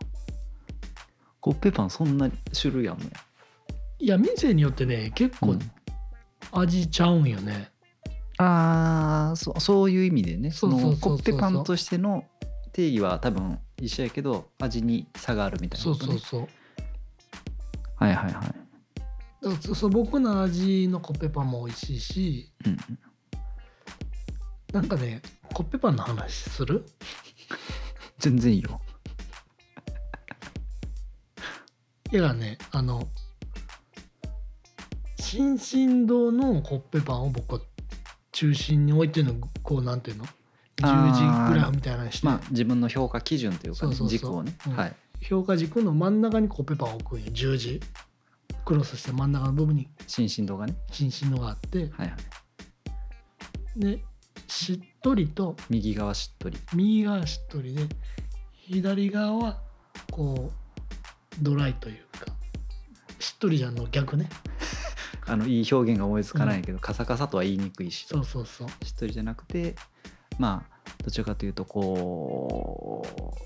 [SPEAKER 1] コッペパンそんな種類あんのや
[SPEAKER 2] いや店によってね結
[SPEAKER 1] う
[SPEAKER 2] 構
[SPEAKER 1] ん
[SPEAKER 2] 味ちゃうんよね、
[SPEAKER 1] ああそそういう意味でねそ
[SPEAKER 2] そ
[SPEAKER 1] う
[SPEAKER 2] そうそう
[SPEAKER 1] の
[SPEAKER 2] そう
[SPEAKER 1] コッペパンとしての定義は多分一緒やけど味に差があるみたいな
[SPEAKER 2] そ
[SPEAKER 1] こ
[SPEAKER 2] う
[SPEAKER 1] とね、
[SPEAKER 2] そうそう
[SPEAKER 1] はいはいはい
[SPEAKER 2] だから素素朴な味のコッペパンも美味しいし
[SPEAKER 1] うん
[SPEAKER 2] なんかねコッペパンの話する
[SPEAKER 1] 全然いいよ
[SPEAKER 2] いやねあの新進堂のコッペパンを僕は中心に置いてるのこうなんていうの十字
[SPEAKER 1] あー
[SPEAKER 2] グラフみたいなのにして、
[SPEAKER 1] まあ自分の評価基準というか、ね、
[SPEAKER 2] そうそう
[SPEAKER 1] 軸
[SPEAKER 2] そう
[SPEAKER 1] をね、
[SPEAKER 2] うん
[SPEAKER 1] はい
[SPEAKER 2] 評価軸の真ん中にコッペパンを置くんよ十字クロスして真ん中の部分に
[SPEAKER 1] 新進動がね
[SPEAKER 2] 新進堂があって
[SPEAKER 1] はいはい
[SPEAKER 2] でしっとりと
[SPEAKER 1] 右側しっとり
[SPEAKER 2] 右側しっとりで左側はこうドライというかしっとりじゃんの逆ね
[SPEAKER 1] あのいい表現が思いつかないけど、カサカサとは言いにくいし
[SPEAKER 2] そうそうそう
[SPEAKER 1] しっとりじゃなくてまあどちらかというとこう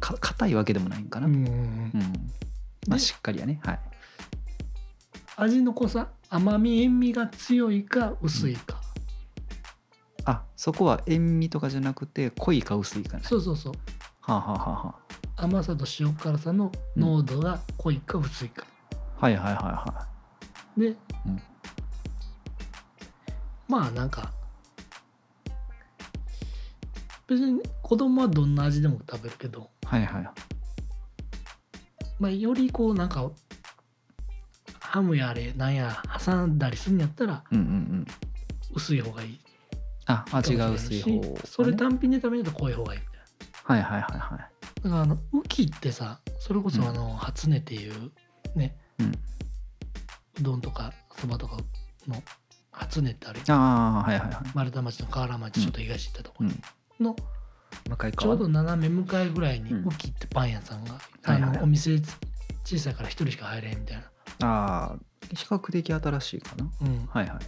[SPEAKER 1] か硬いわけでもないんかな、
[SPEAKER 2] う
[SPEAKER 1] うん
[SPEAKER 2] んうんうん
[SPEAKER 1] まあ
[SPEAKER 2] で
[SPEAKER 1] しっかりやねはい
[SPEAKER 2] 味の濃さ甘み塩味が強いか薄いか、
[SPEAKER 1] あそこは塩味とかじゃなくて濃いか薄いかね
[SPEAKER 2] そうそうそう
[SPEAKER 1] はあ、はあはあは
[SPEAKER 2] 甘さと塩辛さの濃度が濃いか薄いか、
[SPEAKER 1] あ、はいはいはいは
[SPEAKER 2] で、
[SPEAKER 1] ん
[SPEAKER 2] まあなんか別に子供はどんな味でも食べるけど、
[SPEAKER 1] いはいはい
[SPEAKER 2] まあ、よりこうなんかハムやあれなんや挟んだりするんやったら
[SPEAKER 1] うんうんうん
[SPEAKER 2] 薄い方がいい
[SPEAKER 1] あ味が
[SPEAKER 2] かも
[SPEAKER 1] 薄
[SPEAKER 2] し
[SPEAKER 1] い
[SPEAKER 2] れ
[SPEAKER 1] 方
[SPEAKER 2] んし
[SPEAKER 1] がね
[SPEAKER 2] それ単品で食べると濃い方がいいみたいな
[SPEAKER 1] はいはいはいは
[SPEAKER 2] だからあのウキってさそれこそあの初音っていうね、
[SPEAKER 1] う
[SPEAKER 2] うんどんとかそばとかの初音ってあれ
[SPEAKER 1] いああはいはいはい
[SPEAKER 2] 丸太町と河原町ちょっと東行ったとこ
[SPEAKER 1] う
[SPEAKER 2] ろ
[SPEAKER 1] ん
[SPEAKER 2] の
[SPEAKER 1] 向かい
[SPEAKER 2] ちょ
[SPEAKER 1] 側
[SPEAKER 2] うど斜め向かいぐらいに
[SPEAKER 1] うん
[SPEAKER 2] ウキってパン屋さんが、
[SPEAKER 1] はいはい
[SPEAKER 2] あのお店小さいから一人しか入れんみたいな、
[SPEAKER 1] ああ比較的新しいかな
[SPEAKER 2] うん
[SPEAKER 1] はいはい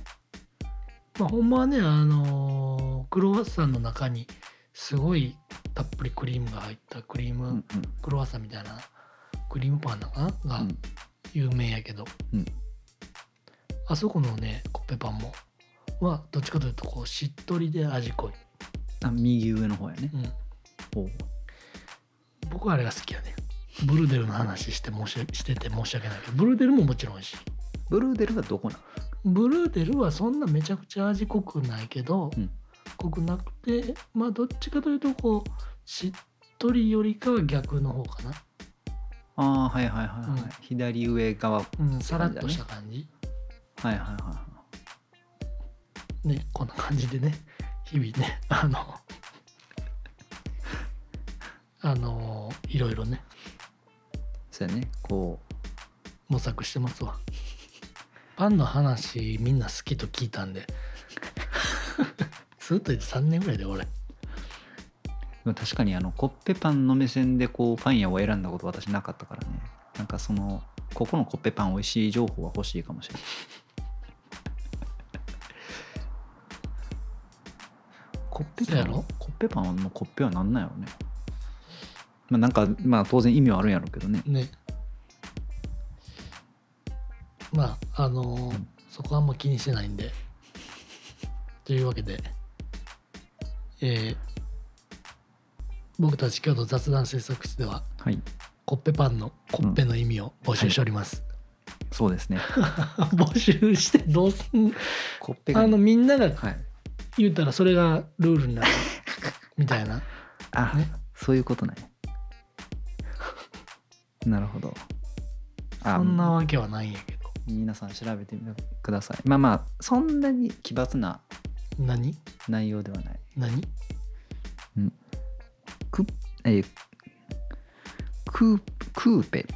[SPEAKER 2] まあ、ほんまはねあのークロワッサンの中にすごいたっぷりクリームが入ったクリーム、
[SPEAKER 1] うんうん
[SPEAKER 2] クロワッサンみたいなクリームパンなのかなが、
[SPEAKER 1] うん
[SPEAKER 2] 有名やけど、
[SPEAKER 1] うん
[SPEAKER 2] あそこのねコッペパンもはどっちかというとこうしっとりで味濃い、
[SPEAKER 1] あ右上の方やね
[SPEAKER 2] うん、
[SPEAKER 1] ほう
[SPEAKER 2] 僕はあれが好きやねブルデルの話して申ししてて申し訳ないけどブルデルももちろん美味しい
[SPEAKER 1] ブルーデルはどこな
[SPEAKER 2] ブルーデルはそんなめちゃくちゃ味濃くないけど、
[SPEAKER 1] うん
[SPEAKER 2] 濃くなくてまあどっちかというとこうしっとりよりかは逆の方かな、
[SPEAKER 1] ああはいはいはいはい、
[SPEAKER 2] うん
[SPEAKER 1] 左上側はい
[SPEAKER 2] うん、さらっとした感じ
[SPEAKER 1] はいはいは
[SPEAKER 2] ねこんな感じでね日々ね [laughs] あのあのいろいろね
[SPEAKER 1] いそうやねこう
[SPEAKER 2] 模索してますわパンの話みんな好きと聞いたんで [laughs] ずっと言って3年ぐらいで俺
[SPEAKER 1] でも確かにあのコッペパンの目線でこうパン屋を選んだこと私なかったからねなんかそのここのコッペパン美味しい情報は欲しいかもしれない [laughs] コッペ
[SPEAKER 2] そう
[SPEAKER 1] パ
[SPEAKER 2] や
[SPEAKER 1] ン
[SPEAKER 2] ろ
[SPEAKER 1] コッペパンのコッペはなんなんやろねまあなんかまあ当然意味はあるんやろうけどね
[SPEAKER 2] ねまああの
[SPEAKER 1] うん
[SPEAKER 2] そこはあんま気にしてないんでというわけでえー僕たち今日の雑談制作室では
[SPEAKER 1] はい
[SPEAKER 2] コッペパンのコッペの意味を募集しております。 [laughs]
[SPEAKER 1] そうですね
[SPEAKER 2] 募集してどうすん
[SPEAKER 1] コッペが
[SPEAKER 2] あのみんなが
[SPEAKER 1] はい
[SPEAKER 2] 言ったらそれがルールにな
[SPEAKER 1] [laughs]
[SPEAKER 2] るみたいな。
[SPEAKER 1] あ、
[SPEAKER 2] ね
[SPEAKER 1] そういうことね [laughs] なるほどあ
[SPEAKER 2] そんなわけはないんやけど。
[SPEAKER 1] 皆さん調べてみてくださいまあまあそんなに奇抜な
[SPEAKER 2] 何
[SPEAKER 1] 内容ではない
[SPEAKER 2] 何
[SPEAKER 1] ク,、えークークーペ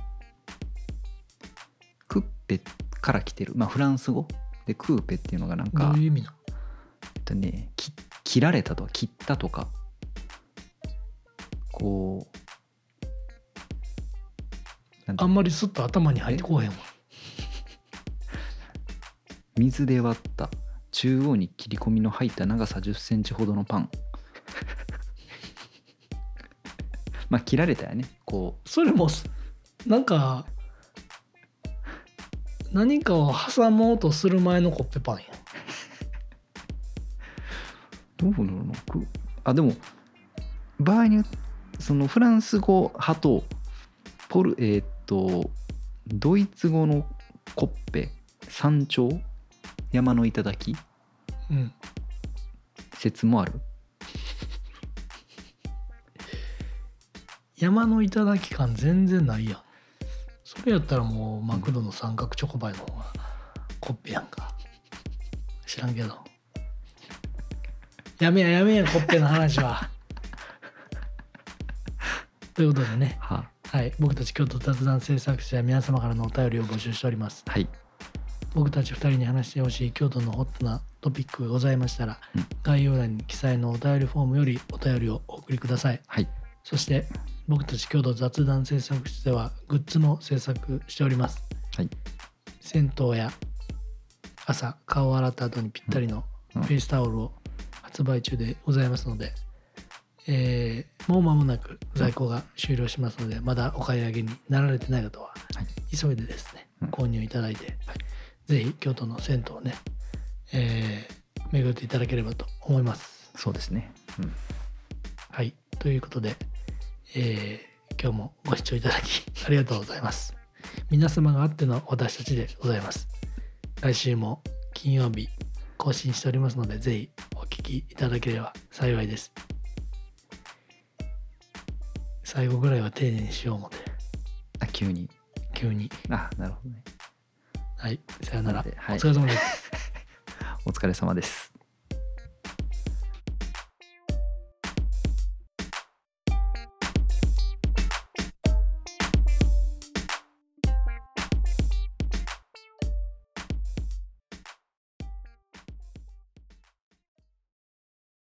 [SPEAKER 1] クッペから来てるまあフランス語でクーペっていうのがなん
[SPEAKER 2] ど
[SPEAKER 1] か
[SPEAKER 2] ういう意味なの
[SPEAKER 1] えっとねき切られたとか切ったとかこうなんて
[SPEAKER 2] あんまりすっと頭に入ってこうへんわ。
[SPEAKER 1] 水で割った中央に切り込みの入った長さ1 0センチほどのパン [laughs] まあ切られたよねこ
[SPEAKER 2] それもすなんか何かを挟もうとする前のコッペパンや
[SPEAKER 1] うどうなのくあでも場合にそのフランス語派とポルえーっとドイツ語のコッペ山頂山の頂
[SPEAKER 2] うん
[SPEAKER 1] 説もある
[SPEAKER 2] 山の頂き感全然ないやんそれやったらもうマクドの三角チョコパイの方がコッペやんか知らんけどやめややめやコッペの話は [laughs] ということでね
[SPEAKER 1] は
[SPEAKER 2] はい僕たち京都雑談制作者は皆様からのお便りを募集しております
[SPEAKER 1] はい
[SPEAKER 2] 僕たち2人に話してほしい京都のホットなトピックがございましたら、
[SPEAKER 1] うん
[SPEAKER 2] 概要欄に記載のお便りフォームよりお便りをお送りください
[SPEAKER 1] はい
[SPEAKER 2] そして僕たち共同雑談制作室ではグッズも制作しております、
[SPEAKER 1] はい
[SPEAKER 2] 銭湯や朝顔を洗った後にぴったりの
[SPEAKER 1] う
[SPEAKER 2] フ
[SPEAKER 1] ん
[SPEAKER 2] ェイスタオルを発売中でございますので、えーもう間もなく在庫が終了しますのでまだお買い上げになられてない方は
[SPEAKER 1] はい
[SPEAKER 2] 急いでですね、
[SPEAKER 1] うん
[SPEAKER 2] 購入いただいて、ぜひ京都の銭湯をね、えー巡っていただければと思います。
[SPEAKER 1] そうですねうん
[SPEAKER 2] はい。ということで、えー今日もご視聴いただき [laughs] ありがとうございます。皆様があっての私たちでございます。来週も金曜日更新しておりますので、ぜひお聞きいただければ幸いです。最後ぐらいは丁寧にしようもて、
[SPEAKER 1] あ急に
[SPEAKER 2] 急に。
[SPEAKER 1] あなるほどね
[SPEAKER 2] はい。さよなら。
[SPEAKER 1] はい
[SPEAKER 2] お疲れ様です。
[SPEAKER 1] お疲れ様です